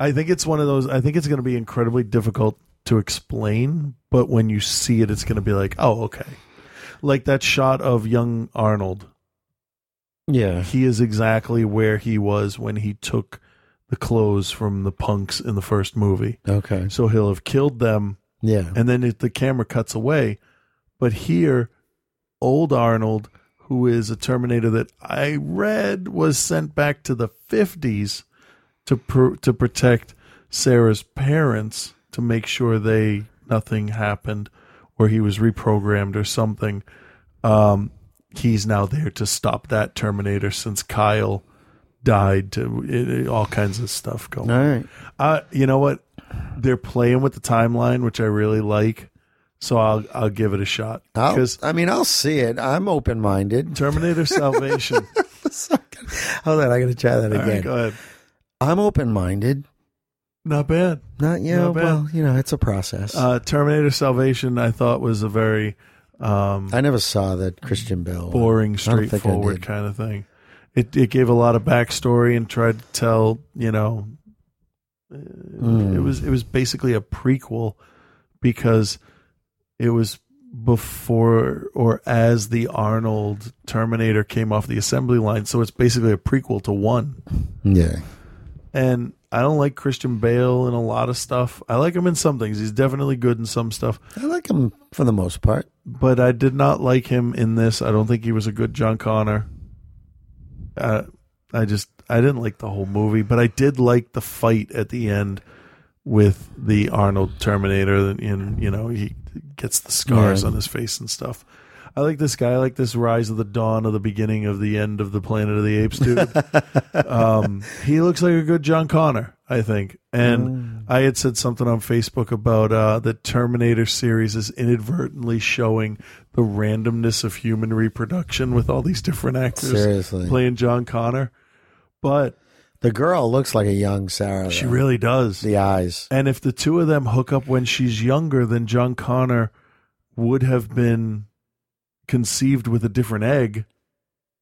M: I think it's one of those. I think it's going to be incredibly difficult to explain, but when you see it, it's going to be like, oh, okay. Like that shot of young Arnold.
I: Yeah.
M: He is exactly where he was when he took the clothes from the punks in the first movie.
I: Okay.
M: So he'll have killed them.
I: Yeah.
M: And then it, the camera cuts away. But here, old Arnold, who is a Terminator that I read was sent back to the 50s to pr- to protect Sarah's parents to make sure they nothing happened or he was reprogrammed or something. Um, he's now there to stop that Terminator since Kyle died to it, it, all kinds of stuff going.
I: All right.
M: Uh, you know what? They're playing with the timeline, which I really like. So I'll I'll give it a shot.
I: Because I mean I'll see it. I'm open minded.
M: Terminator Salvation.
I: Hold on, I gotta try that
M: All right,
I: again.
M: go ahead.
I: I'm open minded.
M: Not bad.
I: Not you know,
M: Not bad.
I: well, you know, it's a process.
M: Uh, Terminator Salvation, I thought was a very um,
I: I never saw that Christian Bell.
M: boring,
I: I don't think I
M: straightforward
I: did.
M: kind of thing. It it gave a lot of backstory and tried to tell you know uh,
I: Hmm.
M: it was it was basically a prequel because it was before or as the Arnold Terminator came off the assembly line, so it's basically a prequel to one.
I: Yeah.
M: And I don't like Christian Bale in a lot of stuff. I like him in some things. He's definitely good in some stuff,
I: I like him for the most part.
M: but I did not like him in this. I don't think he was a good John Connor. Uh, I just I didn't like the whole movie, but I did like the fight at the end with the Arnold Terminator, and, and you know he gets the scars
I: Yeah.
M: on his face and stuff. I like this guy. I like this Rise of the Dawn of the beginning of the end of the Planet of the
I: [LAUGHS]
M: Apes dude. um, he looks like a good John Connor, I think.
I: Mm.
M: And I had said something on Facebook about uh, the Terminator series is inadvertently showing the randomness of human reproduction with all these different actors
I: Seriously.
M: playing John Connor. But
I: The girl looks like a young Sarah.
M: she
I: though.
M: really does.
I: the eyes.
M: And if the two of them hook up when she's younger, then John Connor would have been conceived with a different egg.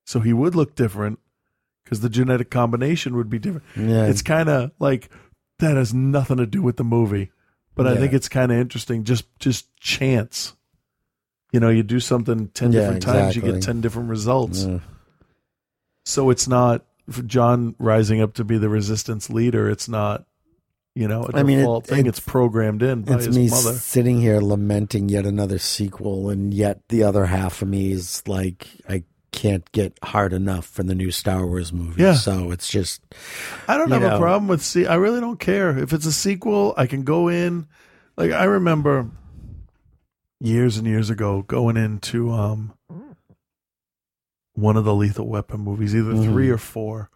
M: So he would look different because the genetic combination would be different.
I: Yeah.
M: It's kind of like that has nothing to do with the movie, but I
I: Yeah.
M: think it's kind of interesting. Just, just chance. You know, you do something 10
I: Yeah,
M: different times, you get
I: exactly.
M: 10 different results.
I: Yeah.
M: So it's not John rising up to be the resistance leader. It's not, you know, a default
I: I mean, it- it-
M: thing. It's programmed in by
I: It's
M: his
I: me
M: mother.
I: sitting here lamenting yet another sequel, and yet the other half of me is like, I can't get hard enough for the new Star Wars movie.
M: Yeah.
I: So it's just,
M: I don't
I: you
M: have a
I: know.
M: problem with see. I really don't care if it's a sequel. I can go in. Like I remember years and years ago going into um one of the Lethal Weapon movies, either
I: Mm-hmm.
M: three or four.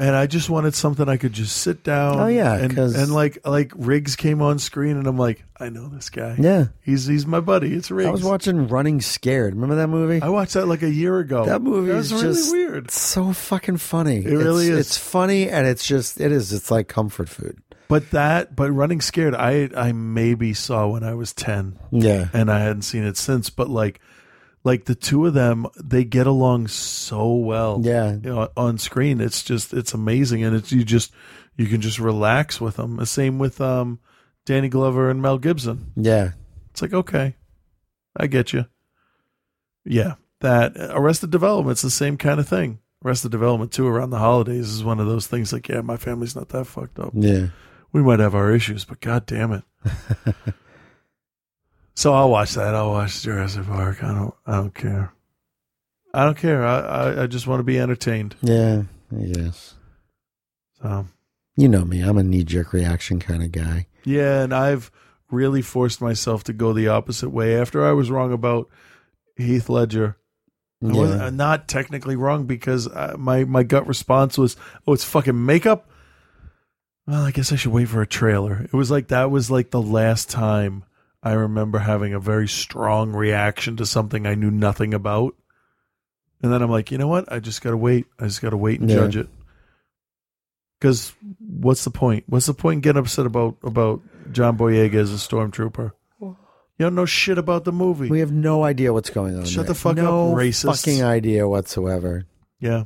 M: And I just wanted something I could just sit down.
I: Oh, yeah,
M: and,
I: 'cause-
M: and like like Riggs came on screen, and I'm like, I know this guy.
I: yeah.
M: he's he's my buddy. It's Riggs.
I: I was watching Running Scared. Remember that movie?
M: I watched that like a year ago.
I: that movie
M: Oh, That
I: is
M: was really
I: just
M: weird.
I: so fucking funny. It
M: really is.
I: It's funny, and it's just, it is. It's like comfort food.
M: But that, but Running Scared, I I maybe saw when I was ten,
I: Yeah.
M: and I hadn't seen it since. But like, like the two of them, they get along so well.
I: Yeah.
M: you know, on screen, it's just it's amazing, and it's you just you can just relax with them. The same with um, Danny Glover and Mel Gibson.
I: Yeah.
M: It's like okay, I get you. Yeah, that Arrested Development's the same kind of thing. Arrested Development too around the holidays is one of those things. Like, yeah, my family's not that fucked up
I: Yeah.
M: we might have our issues, but god damn it. so I'll watch that. I'll watch Jurassic Park. I don't I don't care. I don't care. I, I, I just want to be entertained.
I: Yeah. Yes.
M: So
I: You know me. I'm a knee jerk reaction kind of guy.
M: yeah, and I've really forced myself to go the opposite way. After I was wrong about Heath Ledger, I
I: Yeah.
M: was not uh, technically wrong because I, my my gut response was, "Oh, it's fucking makeup." well, I guess I should wait for a trailer. It was like that was like the last time I remember having a very strong reaction to something I knew nothing about. And then I'm like, you know what? I just got to wait. I just got to wait and
I: Yeah.
M: judge it. Because what's the point? What's the point in getting upset about about John Boyega as a stormtrooper? You don't know shit about the movie.
I: We have no idea what's going on.
M: Shut
I: there.
M: the fuck
I: No
M: up, racist.
I: Fucking idea whatsoever.
M: yeah.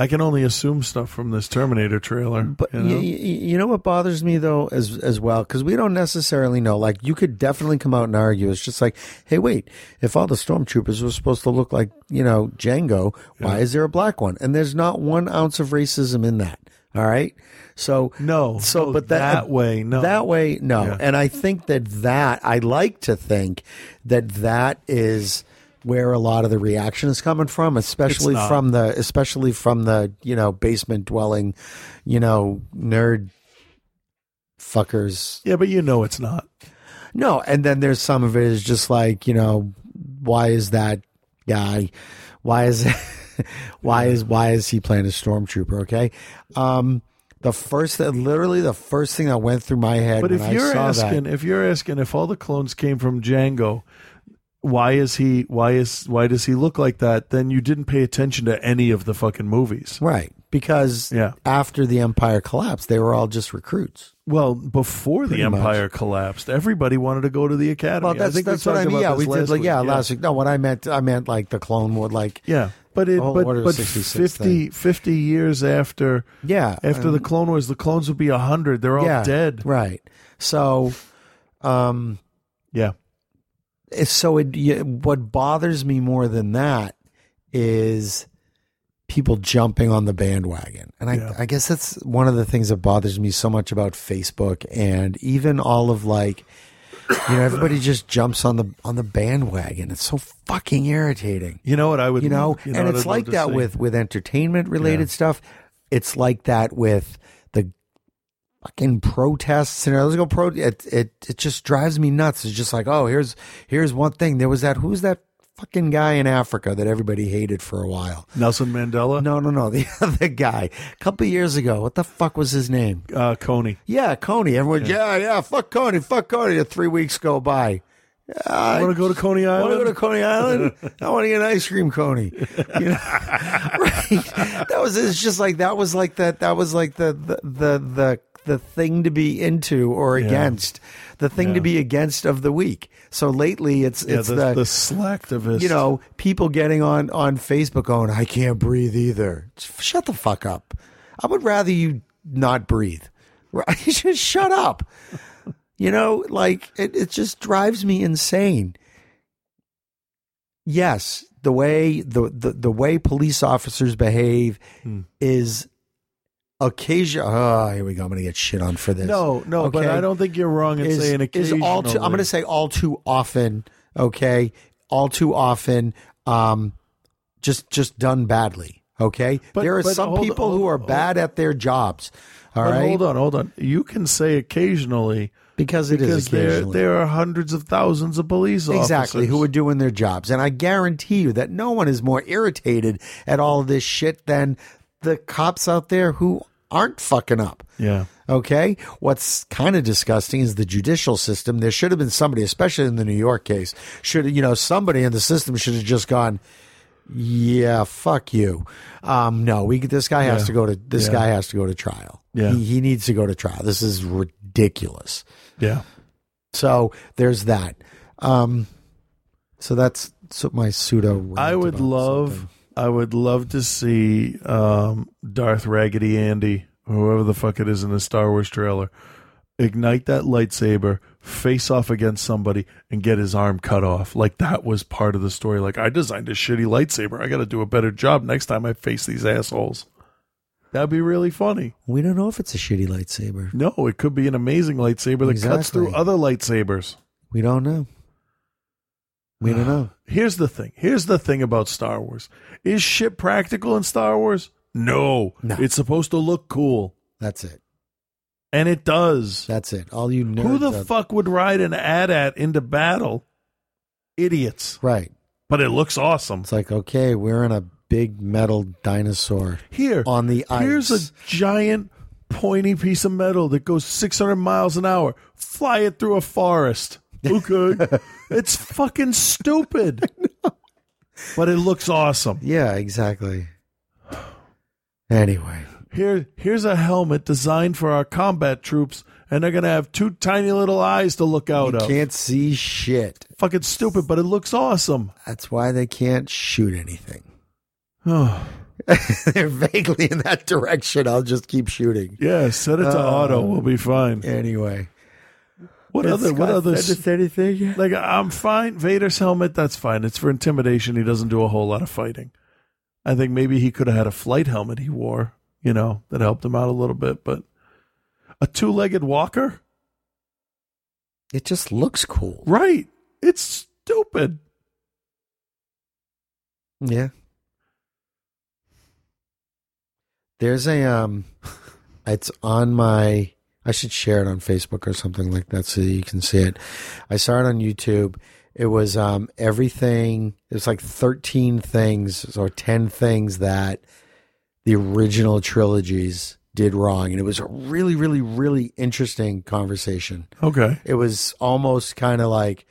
M: I can only assume stuff from this Terminator trailer. But you
I: Y-
M: know?
I: y- you know what bothers me though, as as well, because we don't necessarily know. Like, you could definitely come out and argue. It's just like, hey, wait, if all the stormtroopers were supposed to look like you know Django, why is there a black one? And there's not one ounce of racism in that. All right, so
M: no,
I: so
M: no,
I: but that,
M: that way, no.
I: that way, no.
M: Yeah.
I: And I think that that I like to think that that is where a lot of the reaction is coming from, especially
M: not.
I: from the especially from the you know basement dwelling, you know nerd fuckers.
M: yeah, but you know it's not.
I: No, and then there's some of it is just like you know why is that guy? Why is [LAUGHS] why is why is he playing a stormtrooper? Okay. Um, the first, that literally the first thing that went through my head.
M: But
I: when
M: if
I: I
M: you're
I: saw that-
M: asking, if you're asking, if all the clones came from Django, why is he? Why is? Why does he look like that? Then you didn't pay attention to any of the fucking movies,
I: Right. Because
M: Yeah.
I: after the empire collapsed, they were all just recruits.
M: Well, before the
I: Pretty much.
M: empire collapsed, everybody wanted to go to the academy.
I: Well, that's
M: I think we
I: that's what I
M: talked
I: mean. Yeah,
M: about this
I: we did.
M: last
I: Like,
M: week.
I: yeah, last week. No, what I meant, I meant like the Clone War, like
M: Yeah, but it
I: the whole
M: but,
I: Oh, Order
M: but
I: 66
M: 50,
I: thing.
M: 50 years after
I: Yeah,
M: after
I: um,
M: the Clone Wars, the clones would be hundred. They're all
I: yeah,
M: dead.
I: Right. So, um,
M: Yeah,
I: it's- so it. yeah, What bothers me more than that is people jumping on the bandwagon, and I,
M: Yeah.
I: I guess that's one of the things that bothers me so much about Facebook and even all of like. You know, everybody just jumps on the on the bandwagon. It's so fucking irritating.
M: you know what I would
I: you know,
M: you
I: and
M: what I'd
I: it's
M: love
I: like
M: to
I: that
M: see?
I: with with entertainment related stuff it's like that with the fucking protests and let's go pro it, it it just drives me nuts it's just like oh here's here's one thing there was that who's that fucking guy in africa that everybody hated for a while
M: Nelson Mandela,
I: no no [LAUGHS] no the other guy a couple years ago what the fuck was his name
M: uh, Coney.
I: yeah coney everyone yeah yeah, fuck coney fuck coney And three weeks go by
M: I want to go to Coney
I: I want to go
M: Island.
I: to Coney
M: [LAUGHS]
I: Island. I want to get an ice cream coney. You know? [LAUGHS] right? That was it's just like that was like that that was like the the the the, the thing to be into or against. The thing to be against of the week. So lately it's
M: yeah,
I: it's
M: the,
I: the,
M: the selectivist.
I: you know, people getting on on Facebook going, I can't breathe either. Shut the fuck up. I would rather you not breathe. Right? [LAUGHS] just shut up. You know, like it, it just drives me insane. Yes, the way the, the, the way police officers behave
M: Hmm.
I: is occasion. Oh, here we go. I'm going to get shit on for this.
M: No, no, but
I: Okay?
M: I don't think you're wrong in
I: is, is
M: saying occasionally.
I: all too, I'm going to say all too often. Okay, all too often, um, just just done badly. Okay,
M: But-
I: there are
M: but
I: some
M: hold-
I: people who
M: hold-
I: are bad at their jobs. All
M: But
I: right,
M: Hold on, hold on. You can say occasionally
I: because it is
M: because there
I: occasionally.
M: there are hundreds of thousands of police officers.
I: Exactly, who are doing their jobs. And I guarantee you that no one is more irritated at all this shit than the cops out there who aren't fucking up.
M: Yeah.
I: Okay. What's kind of disgusting is the judicial system. There should have been somebody, especially in the New York case, should, you know, somebody in the system should have just gone, yeah, fuck you. Um, no, we, this guy has
M: Yeah.
I: to go to, this
M: Yeah.
I: guy has to go to trial.
M: Yeah.
I: He, he needs to go to trial. This is ridiculous.
M: Yeah.
I: So there's that. Um, so that's so my pseudo. rant
M: I would
I: about
M: love
I: something.
M: I would love to see um, Darth Raggedy Andy, whoever the fuck it is in the Star Wars trailer, ignite that lightsaber, face off against somebody, and get his arm cut off. Like that was part of the story. Like I designed a shitty lightsaber. I got to do a better job next time I face these assholes. That'd be really funny.
I: We don't know if it's a shitty lightsaber.
M: No, it could be an amazing lightsaber that cuts
I: Exactly.
M: through other lightsabers.
I: We don't know. We
M: [SIGHS]
I: don't know.
M: Here's the thing. Here's the thing about Star Wars. Is shit practical in Star Wars? No.
I: No.
M: It's supposed to look cool.
I: That's it.
M: And it does.
I: That's it. All you nerds.
M: Who the
I: out-
M: fuck would ride an AT-AT into battle? Idiots.
I: Right.
M: But it looks awesome.
I: It's like okay, we're in a big metal dinosaur
M: Here.
I: on the ice.
M: Here's a giant pointy piece of metal that goes 600 miles an hour. Fly it through
I: [LAUGHS]
M: a forest. Okay. it's fucking stupid. But it looks awesome.
I: Yeah, exactly. Anyway,
M: here here's a helmet designed for our combat troops and they're going to have two tiny little eyes to look out
I: you
M: of.
I: can't see shit.
M: Fucking stupid, but it looks awesome.
I: That's why they can't shoot anything. [SIGHS] [LAUGHS]
M: Oh.
I: They're vaguely in that direction. I'll just keep shooting.
M: Yeah, set it to
I: Uh,
M: auto. We'll be fine.
I: Anyway,
M: What
I: Did
M: other? what
I: Scott
M: other?
I: send us anything?
M: Like I'm fine. Vader's helmet. That's fine. It's for intimidation. He doesn't do a whole lot of fighting. I think maybe he could have had a flight helmet he wore. You know that helped him out a little bit. But a two-legged walker,
I: it just looks cool.
M: right? It's stupid.
I: Yeah. There's a um it's on my I should share it on Facebook or something like that so you can see it. I saw it on YouTube. It was um everything it was like 13 things or 10 things that the original trilogies did wrong and it was a really really really interesting conversation.
M: Okay.
I: It was almost kind of like,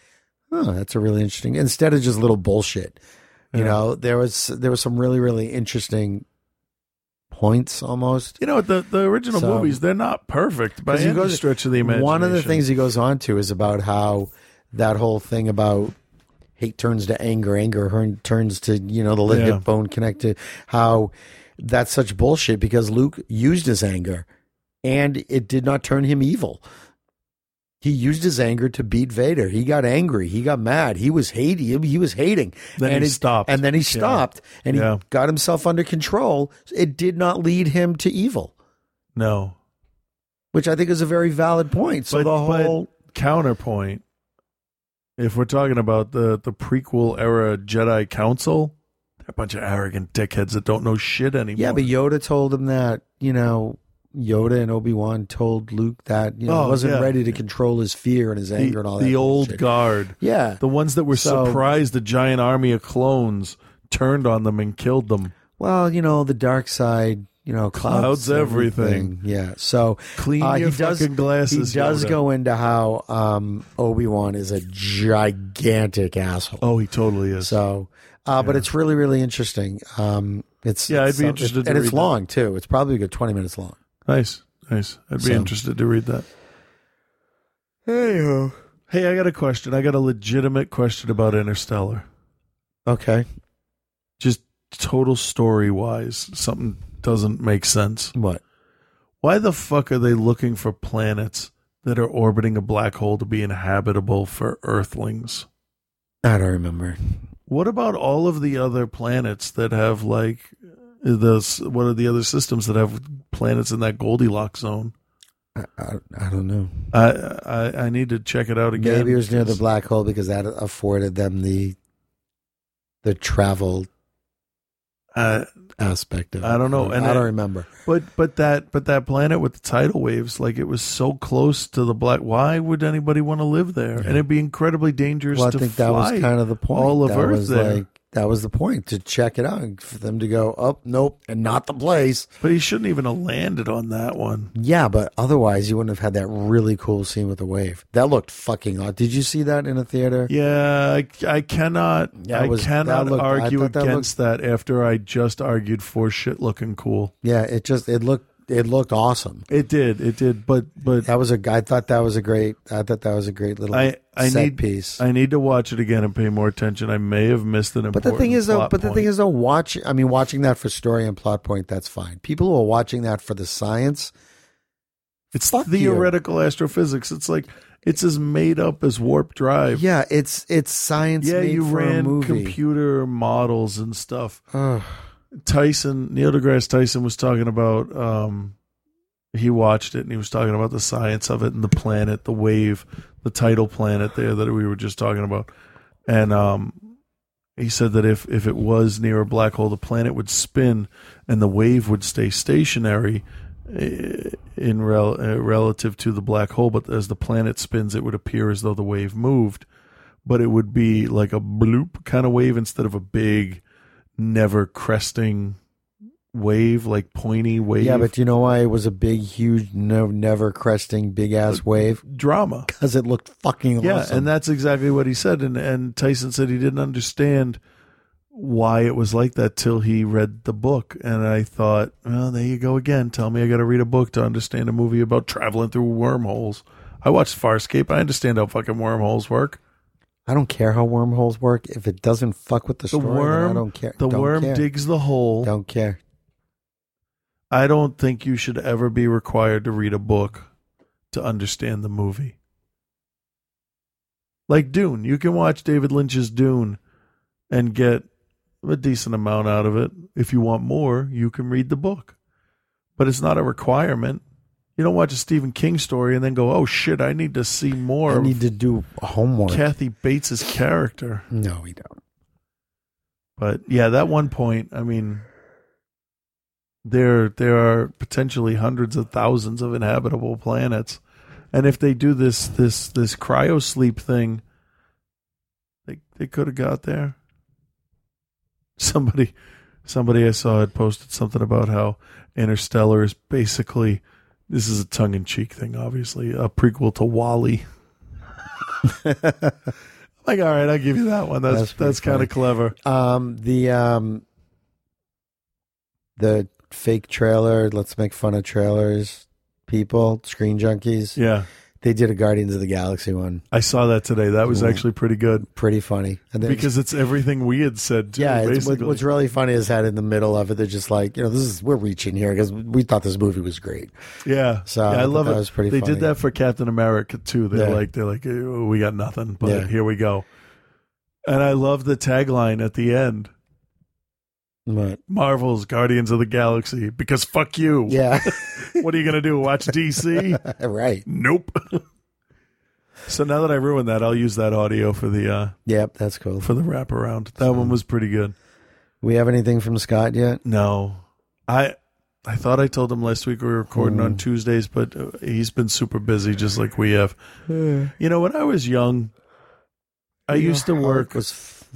I: oh, that's a really interesting. Instead of just little bullshit, you know, there was there was some really really interesting points almost.
M: You know the the original
I: So-
M: movies they're not perfect by
I: 'Cause he
M: any
I: goes-
M: stretch of the imagination.
I: One of the things he goes on to is about how that whole thing about hate turns to anger, anger hern- turns to you know the lip
M: Yeah.
I: hip bone connected. How that's such bullshit because Luke used his anger, and it did not turn him evil. He used his anger to beat Vader. He got angry. He got mad. He was hating. He was hating.
M: Then
I: and
M: he
I: it-
M: stopped.
I: And then he
M: Yeah.
I: stopped. And
M: Yeah.
I: he got himself under control. It did not lead him to evil,
M: no
I: which I think is a very valid point. So the whole
M: counterpoint if we're talking about the the prequel era jedi council they're a bunch of arrogant dickheads that don't know shit anymore
I: Yeah, but Yoda told him that, you know, Yoda and Obi Wan told Luke that, you know,
M: Oh,
I: he wasn't
M: yeah.
I: ready to control his fear and his anger
M: the,
I: and all that.
M: the old
I: bullshit.
M: guard
I: Yeah.
M: the ones that were
I: So-
M: surprised the giant army of clones turned on them and killed them
I: Well, you know, the dark side, you know, clouds,
M: Clouds everything.
I: Yeah. So
M: Clean
I: uh,
M: your
I: he does,
M: fucking glasses,
I: He does
M: Yoda.
I: go into how um, Obi Wan is a gigantic asshole.
M: oh he totally is
I: So, uh, but it's really, really interesting. Um, it's
M: Yeah, I'd
I: it's
M: be
I: some-
M: interested to
I: and it's
M: read that.
I: long too. It's probably a good twenty minutes long.
M: nice nice i'd be
I: So-
M: interested to read that hey hey i got a question i got a legitimate question about interstellar
I: Okay,
M: just total story wise, something doesn't make sense.
I: what?
M: Why the fuck are they looking for planets that are orbiting a black hole to be inhabitable for Earthlings?
I: I don't remember.
M: What about all of the other planets that have like the what are the other systems that have planets in that Goldilocks zone?
I: I, I, I don't know.
M: I I, I need to check it out again.
I: Maybe it was near the black hole because that afforded them the the travel
M: Uh,
I: aspect of it.
M: I don't know, and
I: I don't
M: I-
I: remember.
M: but but that but that planet with the tidal waves, like it was so close to the black. Why would anybody want to live there? And it'd be incredibly dangerous.
I: Well, I
M: to
I: think that was
M: fly
I: kind of the point.
M: All of
I: that
M: Earth
I: was
M: there,
I: like that was the point to check it out and for them to go, oh nope, and not the place.
M: but he shouldn't even have landed on that one.
I: Yeah, but otherwise you wouldn't have had that really cool scene with the wave. That looked fucking odd. Did you see that in a theater?
M: Yeah, I, I cannot.
I: That
M: I
I: was-
M: cannot
I: that looked- I
M: argue
I: thought that
M: against that after I just argued for shit looking cool.
I: Yeah, it just it looked it looked awesome.
M: It did, it did, but but
I: That was a I thought that was a great I thought that was a great little
M: I I
I: set
M: need
I: piece.
M: I need to watch it again and pay more attention. I may have missed an
I: But
M: important.
I: the thing is, though,
M: plot
I: but the thing
M: point.
I: is, though, watch. I mean, watching that for story and plot point, that's fine. People who are watching that for the science,
M: it's
I: fuck you.
M: theoretical astrophysics. It's like it's as made up as warp drive.
I: yeah, it's it's science.
M: yeah,
I: made
M: you
I: for a
M: ran
I: movie.
M: computer models and stuff.
I: Ugh.
M: Tyson Neil deGrasse Tyson was talking about um he watched it and he was talking about the science of it and the planet, the wave, the tidal planet there that we were just talking about. And um he said that if if it was near a black hole, the planet would spin and the wave would stay stationary eh, in rel- eh, relative to the black hole, but as the planet spins, it would appear as though the wave moved, but it would be like a bloop kind of wave instead of a big never cresting wave, like pointy wave.
I: Yeah, but you know why it was a big, huge, no, never cresting, big ass wave?
M: Drama.
I: Because it looked fucking
M: Uh, yeah,
I: awesome.
M: and that's exactly what he said. And and Tyson said he didn't understand why it was like that till he read the book. And I thought, well, there you go again. Tell me I got to read a book to understand a movie about traveling through wormholes. I watched Farscape. I understand how fucking wormholes work.
I: I don't care how wormholes work. If it doesn't fuck with the,
M: The
I: story, then
M: worm,
I: I don't care.
M: The
I: Don't
M: worm
I: care.
M: digs the hole.
I: Don't care.
M: I don't think you should ever be required to read a book to understand the movie. Like Dune, you can watch David Lynch's Dune and get a decent amount out of it. If you want more, you can read the book. But it's not a requirement. You don't watch a Stephen King story and then go, "Oh shit, I need to see more
I: I
M: of
I: need to do homework.
M: Kathy Bates's character."
I: No, we don't.
M: But yeah, that one point, I mean, there there are potentially hundreds of thousands of inhabitable planets, and if they do this this this cryo sleep thing, they they could have got there. Somebody somebody I saw had posted something about how Interstellar is basically this is a tongue in cheek thing, obviously a prequel
I: [LAUGHS]
M: to [LAUGHS] Wally. like, all right, I'll give you that one.
I: That's
M: That's that's,
I: pretty
M: kind
I: funny.
M: of clever.
I: Um, the um, the fake trailer. Let's make fun of trailers. People, screen junkies.
M: Yeah.
I: they did a Guardians of the Galaxy one.
M: I saw that today. That was
I: Yeah.
M: actually pretty good
I: Pretty funny. And then
M: because it's everything we had said. Too,
I: yeah, it's, what,
M: basically.
I: what's really funny is that in the middle of it, they're just like, you know, this is we're reaching here because we thought this movie was great.
M: yeah.
I: So,
M: yeah, I
I: I
M: love
I: thought
M: it.
I: that was pretty
M: they
I: funny.
M: did that for Captain America too. They're
I: Yeah.
M: like, they're like, "Oh, we got nothing, but
I: Yeah.
M: here we go. And I love the tagline at the end:
I: But
M: Marvel's Guardians of the Galaxy. Because fuck you.
I: yeah,
M: [LAUGHS]
I: [LAUGHS]
M: What are you gonna do? Watch DC?
I: right.
M: nope. so now that I ruined that, I'll use that audio for the uh
I: Yep, that's cool.
M: for the wraparound. That one was pretty good.
I: We have anything from Scott yet?
M: No, I I thought I told him last week we were recording on Tuesdays, but uh, he's been super busy, just like we have. You know, when I was young, I used to work.
I: was f-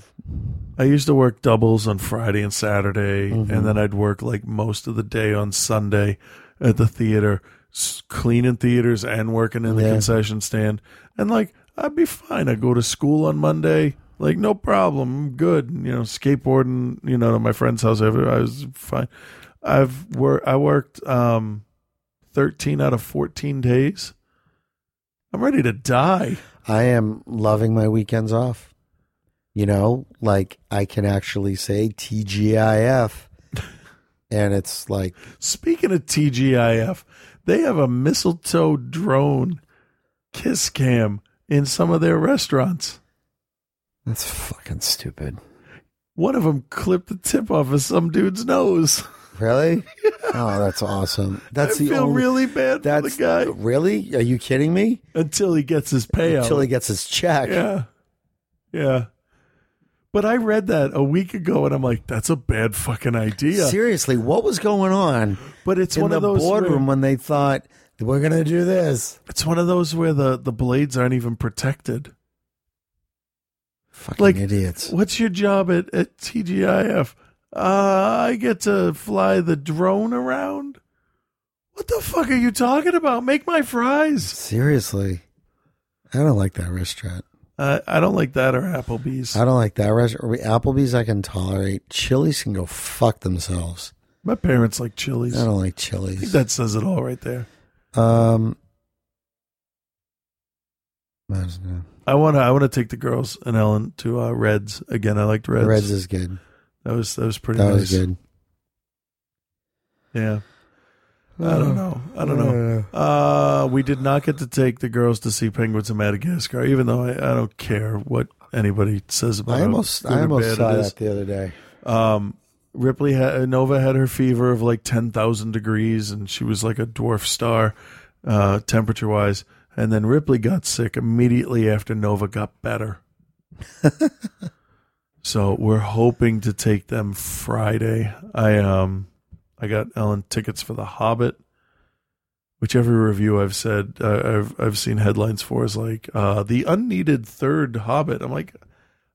M: I used to work doubles on Friday and Saturday, and then I'd work like most of the day on Sunday at the theater, s- cleaning theaters and working in the
I: Yeah.
M: concession stand. And like, I'd be fine. I go to school on Monday, like no problem. I'm good. And, You know, skateboarding. You know, to my friend's house. every- I was fine. I've worked. I worked um, thirteen out of fourteen days. I'm ready to die.
I: I am loving my weekends off. You know, like I can actually say
M: [LAUGHS]
I: TGIF, and it's like
M: Speaking of TGIF, they have a mistletoe drone kiss cam in some of their restaurants.
I: that's fucking stupid.
M: One of them clipped the tip off of some dude's nose. [LAUGHS]
I: Really? [LAUGHS] Oh, that's awesome. That's
M: I
I: the
M: feel
I: only.
M: really bad for the
I: that's
M: guy
I: really? Are you kidding me?
M: until he gets his payout.
I: Until he gets his check.
M: yeah, yeah. But I read that a week ago, and I'm like, that's a bad fucking idea.
I: Seriously, what was going on
M: But it's
I: in
M: one
I: the
M: of those
I: boardroom
M: where-
I: when they thought we're gonna do this?
M: It's one of those where the the blades aren't even protected.
I: Fucking
M: like
I: idiots.
M: What's your job at, at TGIF? Uh, I get to fly the drone around. What the fuck are you talking about? Make my fries.
I: Seriously, I don't like that restaurant.
M: Uh, I don't like that or Applebee's.
I: I don't like that restaurant. Applebee's I can tolerate. Chili's can go fuck themselves.
M: My parents like Chili's.
I: I don't like
M: I think
I: Chili's.
M: that says it all right there.
I: Um, I don't know.
M: I wanna I wanna take the girls and Ellen to uh, Reds again. I liked Reds.
I: Reds is good.
M: that was that was pretty.
I: That
M: nice.
I: was good.
M: Yeah. I don't know. I don't know. Uh, we did not get to take the girls to see penguins in Madagascar, even though I, I don't care what anybody says about
I: I
M: how
I: almost,
M: good or
I: I almost
M: bad
I: saw
M: it is.
I: that the other day.
M: Um, Ripley ha- Nova had her fever of like ten thousand degrees, and she was like a dwarf star, uh, temperature wise. And then Ripley got sick immediately after Nova got better. so we're hoping to take them Friday. I um, I got Ellen tickets for The Hobbit, which every review I've said uh, I've I've seen headlines for is like uh, the unneeded third Hobbit. I'm like,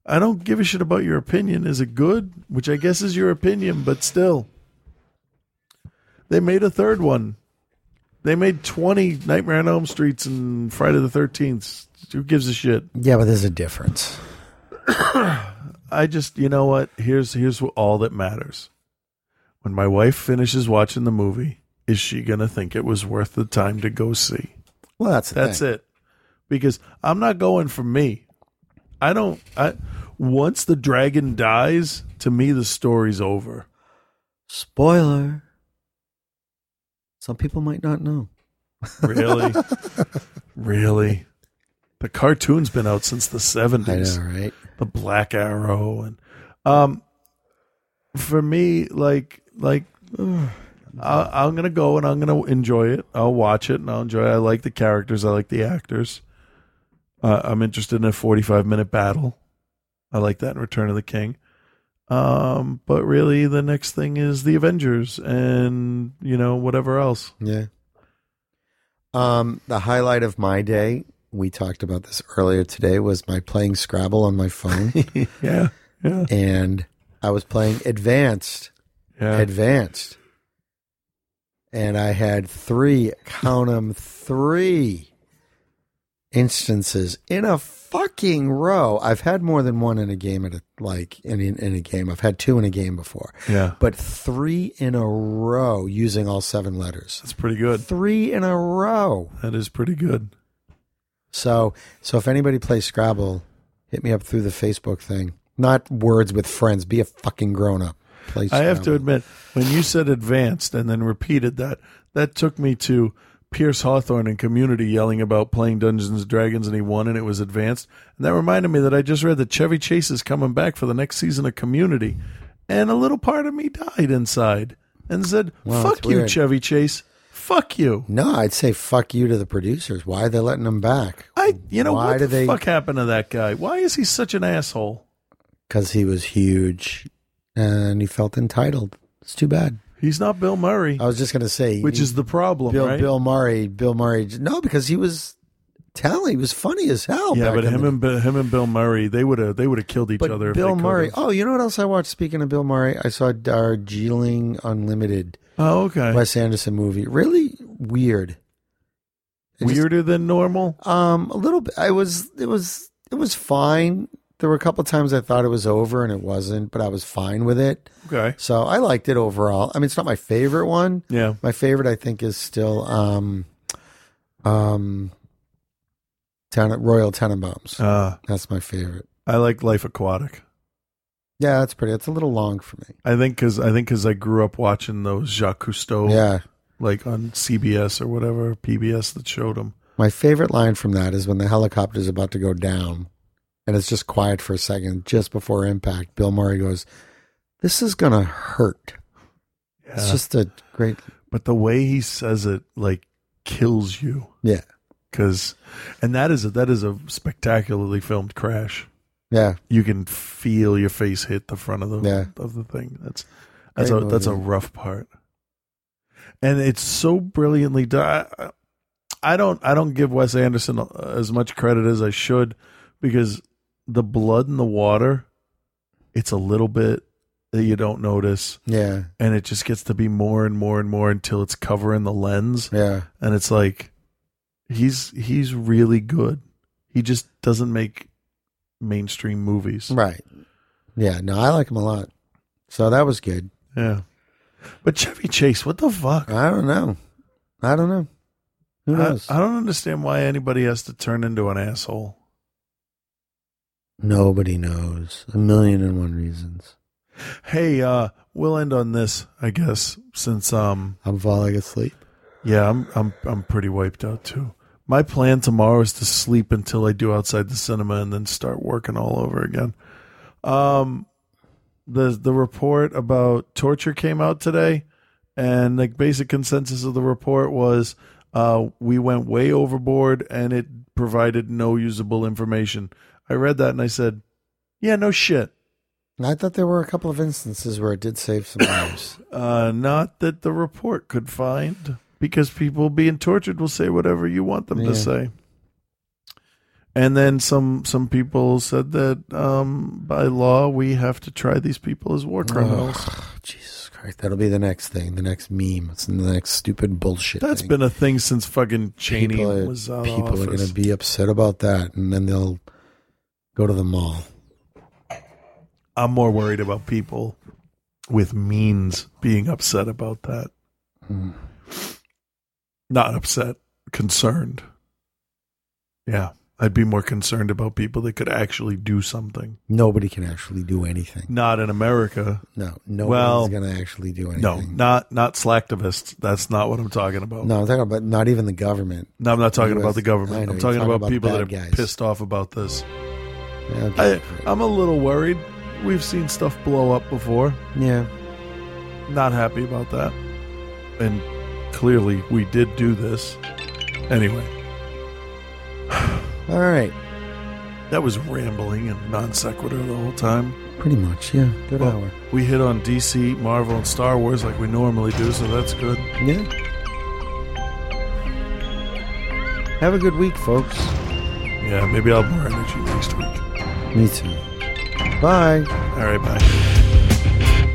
M: I don't give a shit about your opinion. Is it good? Which I guess is your opinion, but still. They made a third one. They made 20 Nightmare on Elm Streets and Friday the 13th. Who gives a shit?
I: Yeah, but there's a difference.
M: I just, you know what? Here's here's all that matters. When my wife finishes watching the movie, is she going to think it was worth the time to go see?
I: Well, that's
M: That's it. Because I'm not going for me. I don't I once the dragon dies, to me the story's over.
I: Spoiler. Some people might not know. [LAUGHS]
M: Really? really? The cartoon's been out since the 70s.
I: I know, right?
M: The Black Arrow and um for me like like [SIGHS] ugh, I, I'm going to go and I'm going to enjoy it. I'll watch it and I'll enjoy it. I like the characters, I like the actors. Uh, I'm interested in a 45 minute battle. I like that in Return of the King. Um, but really, the next thing is the Avengers and you know whatever else.
I: Yeah. Um, the highlight of my day, we talked about this earlier today, was my playing Scrabble on my phone.
M: yeah, yeah.
I: And I was playing Advanced.
M: Yeah.
I: Advanced. And I had three, count 'em, three instances in a fucking row. I've had more than one in a game at a like in in, in a game. I've had two in a game before.
M: Yeah.
I: But three in a row using all seven letters.
M: That's pretty good.
I: Three in a row.
M: That is pretty good.
I: So so if anybody plays Scrabble, hit me up through the Facebook thing. Not words with friends. Be a fucking grown up. Play
M: I have to
I: Scrabble.
M: admit, when you said advanced and then repeated that, that took me to Pierce Hawthorne and Community yelling about playing Dungeons and Dragons, and he won, and it was advanced. And that reminded me that I just read that Chevy Chase is coming back for the next season of Community, and a little part of me died inside and said,
I: Wow,
M: "Fuck
I: that's
M: you,
I: weird.
M: Chevy Chase. Fuck you."
I: No, I'd say fuck you to the producers. Why are they letting them back?
M: I, you know,
I: Why
M: what
I: do
M: the
I: they-
M: fuck happened to that guy? Why is he such an asshole?
I: Because he was huge and he felt entitled. It's too bad.
M: He's not Bill Murray,
I: I was just gonna say
M: which is the problem,
I: Uh, Bill
M: right?
I: Bill Murray. Bill Murray. No, because he was talent. He was funny as hell.
M: yeah,
I: back
M: but
I: in
M: him
I: the-
M: and Bi- him and Bill Murray, they would have they would have killed each
I: Oh, but
M: other. if
I: Bill
M: they
I: Murray.
M: could've.
I: Oh, you know what else I watched? Speaking of Bill Murray, I saw Darjeeling Unlimited,
M: Oh, okay.
I: Wes Anderson movie. Really weird. It just-
M: Weirder than normal.
I: Um, a little bit. I was. It was. It was fine. There were a couple times I thought it was over and it wasn't, but I was fine with it.
M: Okay.
I: So I liked it overall. I mean, it's not my favorite one.
M: Yeah.
I: My favorite, I think, is still um, um, Ten- Royal Tenenbaums.
M: Uh,
I: that's my favorite.
M: I like Life Aquatic.
I: Yeah, that's pretty. It's a little long for me.
M: I think because I think 'cause I grew up watching those Jacques Cousteau,
I: Yeah.
M: like on CBS or whatever PBS that showed them.
I: My favorite line from that is when the helicopter is about to go down, and it's just quiet for a second, just before impact. Bill Murray goes, "This is gonna hurt." It's
M: Yeah.
I: just a great.
M: But the way he says it, like, kills you
I: Yeah,
M: because, and that is a, that is a spectacularly filmed crash.
I: yeah.
M: You can feel your face hit the front of the
I: Yeah.
M: of the thing. That's that's
I: Great
M: a that's a
I: movie.
M: rough part, and it's so brilliantly done. I- I don't I don't give Wes Anderson uh, as much credit as I should because the blood in the water, it's a little bit that you don't notice,
I: Yeah,
M: and it just gets to be more and more and more until it's covering the lens,
I: yeah,
M: and it's like he's he's really good. He just doesn't make mainstream movies,
I: right. Yeah, no, I like him a lot. So that was good.
M: Yeah. But Chevy Chase, what the fuck?
I: I don't know. I don't know. Who
M: I,
I: knows?
M: I don't understand why anybody has to turn into an asshole.
I: Nobody knows. A million and one reasons.
M: Hey, uh, we'll end on this, I guess, since um
I: I'm falling asleep.
M: yeah, I'm I'm I'm pretty wiped out too. My plan tomorrow is to sleep until I do outside the cinema and then start working all over again. Um the the report about torture came out today and the basic consensus of the report was uh we went way overboard and it provided no usable information. I read that and I said, "Yeah, no shit."
I: I thought there were a couple of instances where it did save
M: [COUGHS]
I: some lives.
M: Uh, not that the report could find, because people being tortured will say whatever you want them
I: Yeah.
M: to say. And then some some people said that um, by law we have to try these people as war criminals.
I: Oh, Jesus Christ. right, that'll be the next thing, the next meme, it's the next stupid bullshit.
M: That's
I: thing.
M: been a thing since fucking Cheney
I: people are,
M: was out of
I: people are going
M: office.
I: to be upset about that, and then they'll go to the mall.
M: I'm more worried about people with means being upset about that.
I: Hmm.
M: Not upset, concerned. Yeah, I'd be more concerned about people that could actually do something.
I: Nobody can actually do anything.
M: Not in America.
I: No, nobody's going to actually do anything.
M: No, not not slacktivists. That's not what I'm talking about.
I: No, I'm talking about not even the government.
M: No, I'm not talking
I: US
M: about the
I: I
M: government.
I: know,
M: I'm
I: you're
M: talking, about, people
I: bad
M: that are
I: guys.
M: pissed off about this.
I: Yeah,
M: I, I'm a little worried. We've seen stuff blow up before.
I: Yeah.
M: Not happy about that. And clearly, we did do this. Anyway,
I: All right,
M: that was rambling and non sequitur the whole time.
I: pretty much. Yeah, good
M: Well,
I: hour.
M: We hit on DC, Marvel, and Star Wars like we normally do, so that's good.
I: Yeah. Have a good week, folks.
M: Yeah, maybe I'll have more energy next week.
I: Me too. Bye.
M: All right, bye.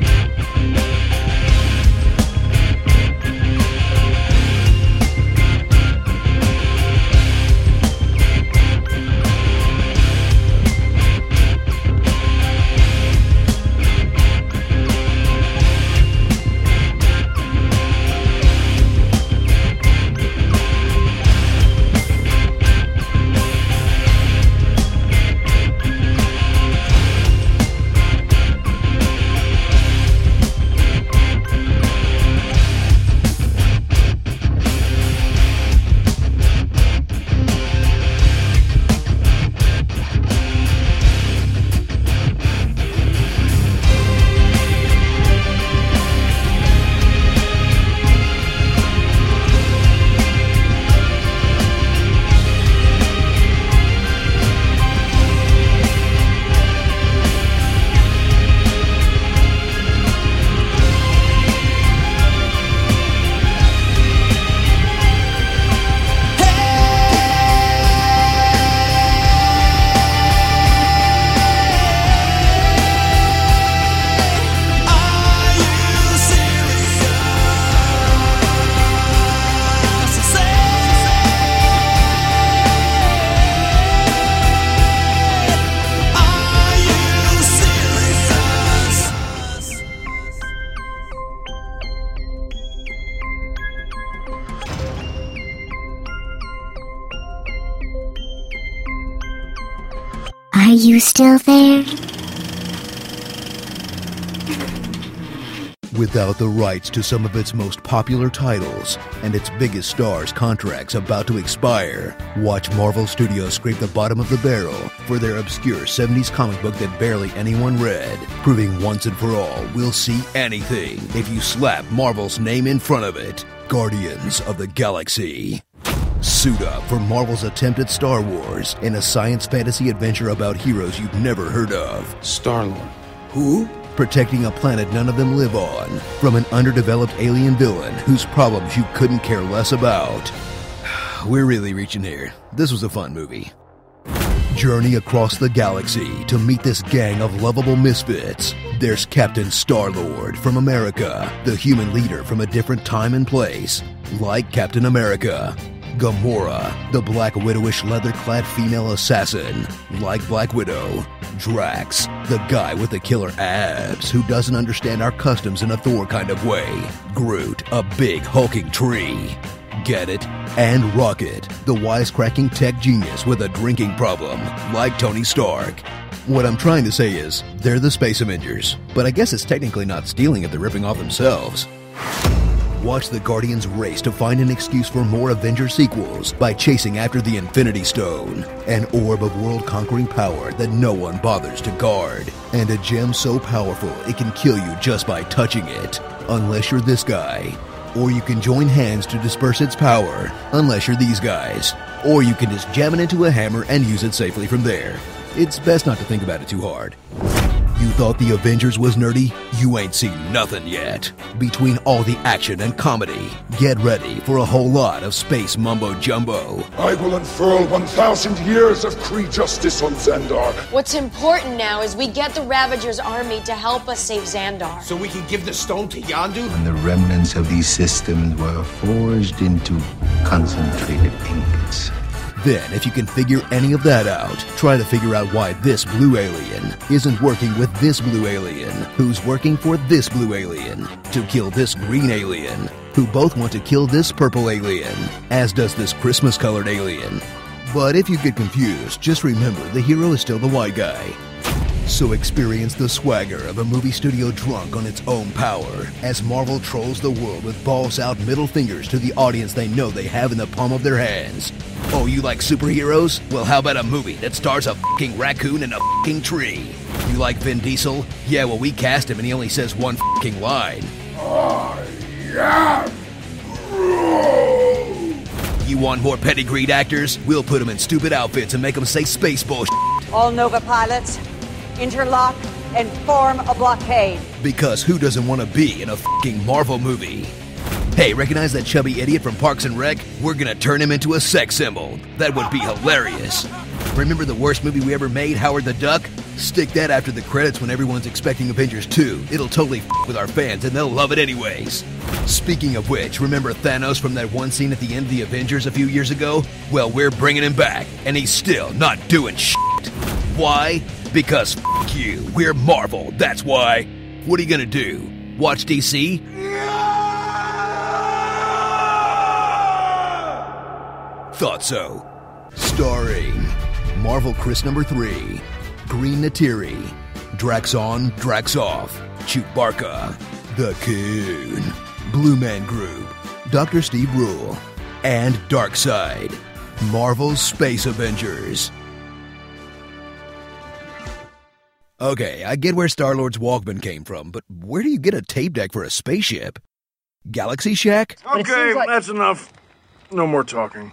G: Are you still there?
A: Without the rights to some of its most popular titles and its biggest stars' contracts about to expire, watch Marvel Studios scrape the bottom of the barrel for their obscure 70s comic book that barely anyone read, proving once and for all we'll see anything if you slap Marvel's name in front of it Guardians of the Galaxy. Suit up for Marvel's attempt at Star Wars in a science fantasy adventure about heroes you've never heard of. Star Lord. Who? Protecting a planet none of them live on from an underdeveloped alien villain whose problems you couldn't care less about. [SIGHS] We're really reaching here. This was a fun movie. Journey across the galaxy to meet this gang of lovable misfits. There's Captain Star Lord from America, the human leader from a different time and place, like Captain America. Gamora, the black widowish leather clad female assassin, like Black Widow. Drax, the guy with the killer abs who doesn't understand our customs in a Thor kind of way. Groot, a big hulking tree. Get it? And Rocket, the wisecracking tech genius with a drinking problem, like Tony Stark. What I'm trying to say is, they're the Space Avengers, but I guess it's technically not stealing if they're ripping off themselves. Watch the Guardians race to find an excuse for more Avenger sequels by chasing after the Infinity Stone, an orb of world conquering power that no one bothers to guard, and a gem so powerful it can kill you just by touching it, unless you're this guy. Or you can join hands to disperse its power, unless you're these guys. Or you can just jam it into a hammer and use it safely from there. It's best not to think about it too hard. You thought The Avengers was nerdy? You ain't seen nothing yet. Between all the action and comedy, get ready for a whole lot of space mumbo jumbo.
N: I will unfurl 1,000 years of Kree justice on Xandar.
O: What's important now is we get the Ravager's army to help us save Xandar.
P: So we can give the stone to Yandu?
Q: And the remnants of these systems were forged into concentrated ingots.
A: Then, if you can figure any of that out, try to figure out why this blue alien isn't working with this blue alien, who's working for this blue alien, to kill this green alien, who both want to kill this purple alien, as does this Christmas colored alien. But if you get confused, just remember the hero is still the white guy. So experience the swagger of a movie studio drunk on its own power as Marvel trolls the world with balls out middle fingers to the audience they know they have in the palm of their hands. Oh, you like superheroes? Well, how about a movie that stars a fucking raccoon and a fucking tree? You like Vin Diesel? Yeah, well, we cast him and he only says one fucking line.
N: I am Groot.
A: You want more pedigreed actors? We'll put them in stupid outfits and make them say space bullshit.
R: All Nova pilots, interlock, and form a blockade.
A: Because who doesn't want to be in a fucking Marvel movie? Hey, recognize that chubby idiot from Parks and Rec? We're gonna turn him into a sex symbol. That would be hilarious. Remember the worst movie we ever made, Howard the Duck? Stick that after the credits when everyone's expecting Avengers 2. It'll totally f- with our fans and they'll love it anyways. Speaking of which, remember Thanos from that one scene at the end of the Avengers a few years ago? Well, we're bringing him back, and he's still not doing shit. Why? Because f- you, we're Marvel, that's why. What are you gonna do? Watch DC? Thought so. Starring Marvel Chris number three, Green Natiri, Draxon Draxoff, Chewbarka, The Coon, Blue Man Group, Dr. Steve Rule, and Darkseid. Marvel's Space Avengers. Okay, I get where Star Lord's Walkman came from, but where do you get a tape deck for a spaceship? Galaxy Shack?
S: Okay, like- that's enough. No more talking.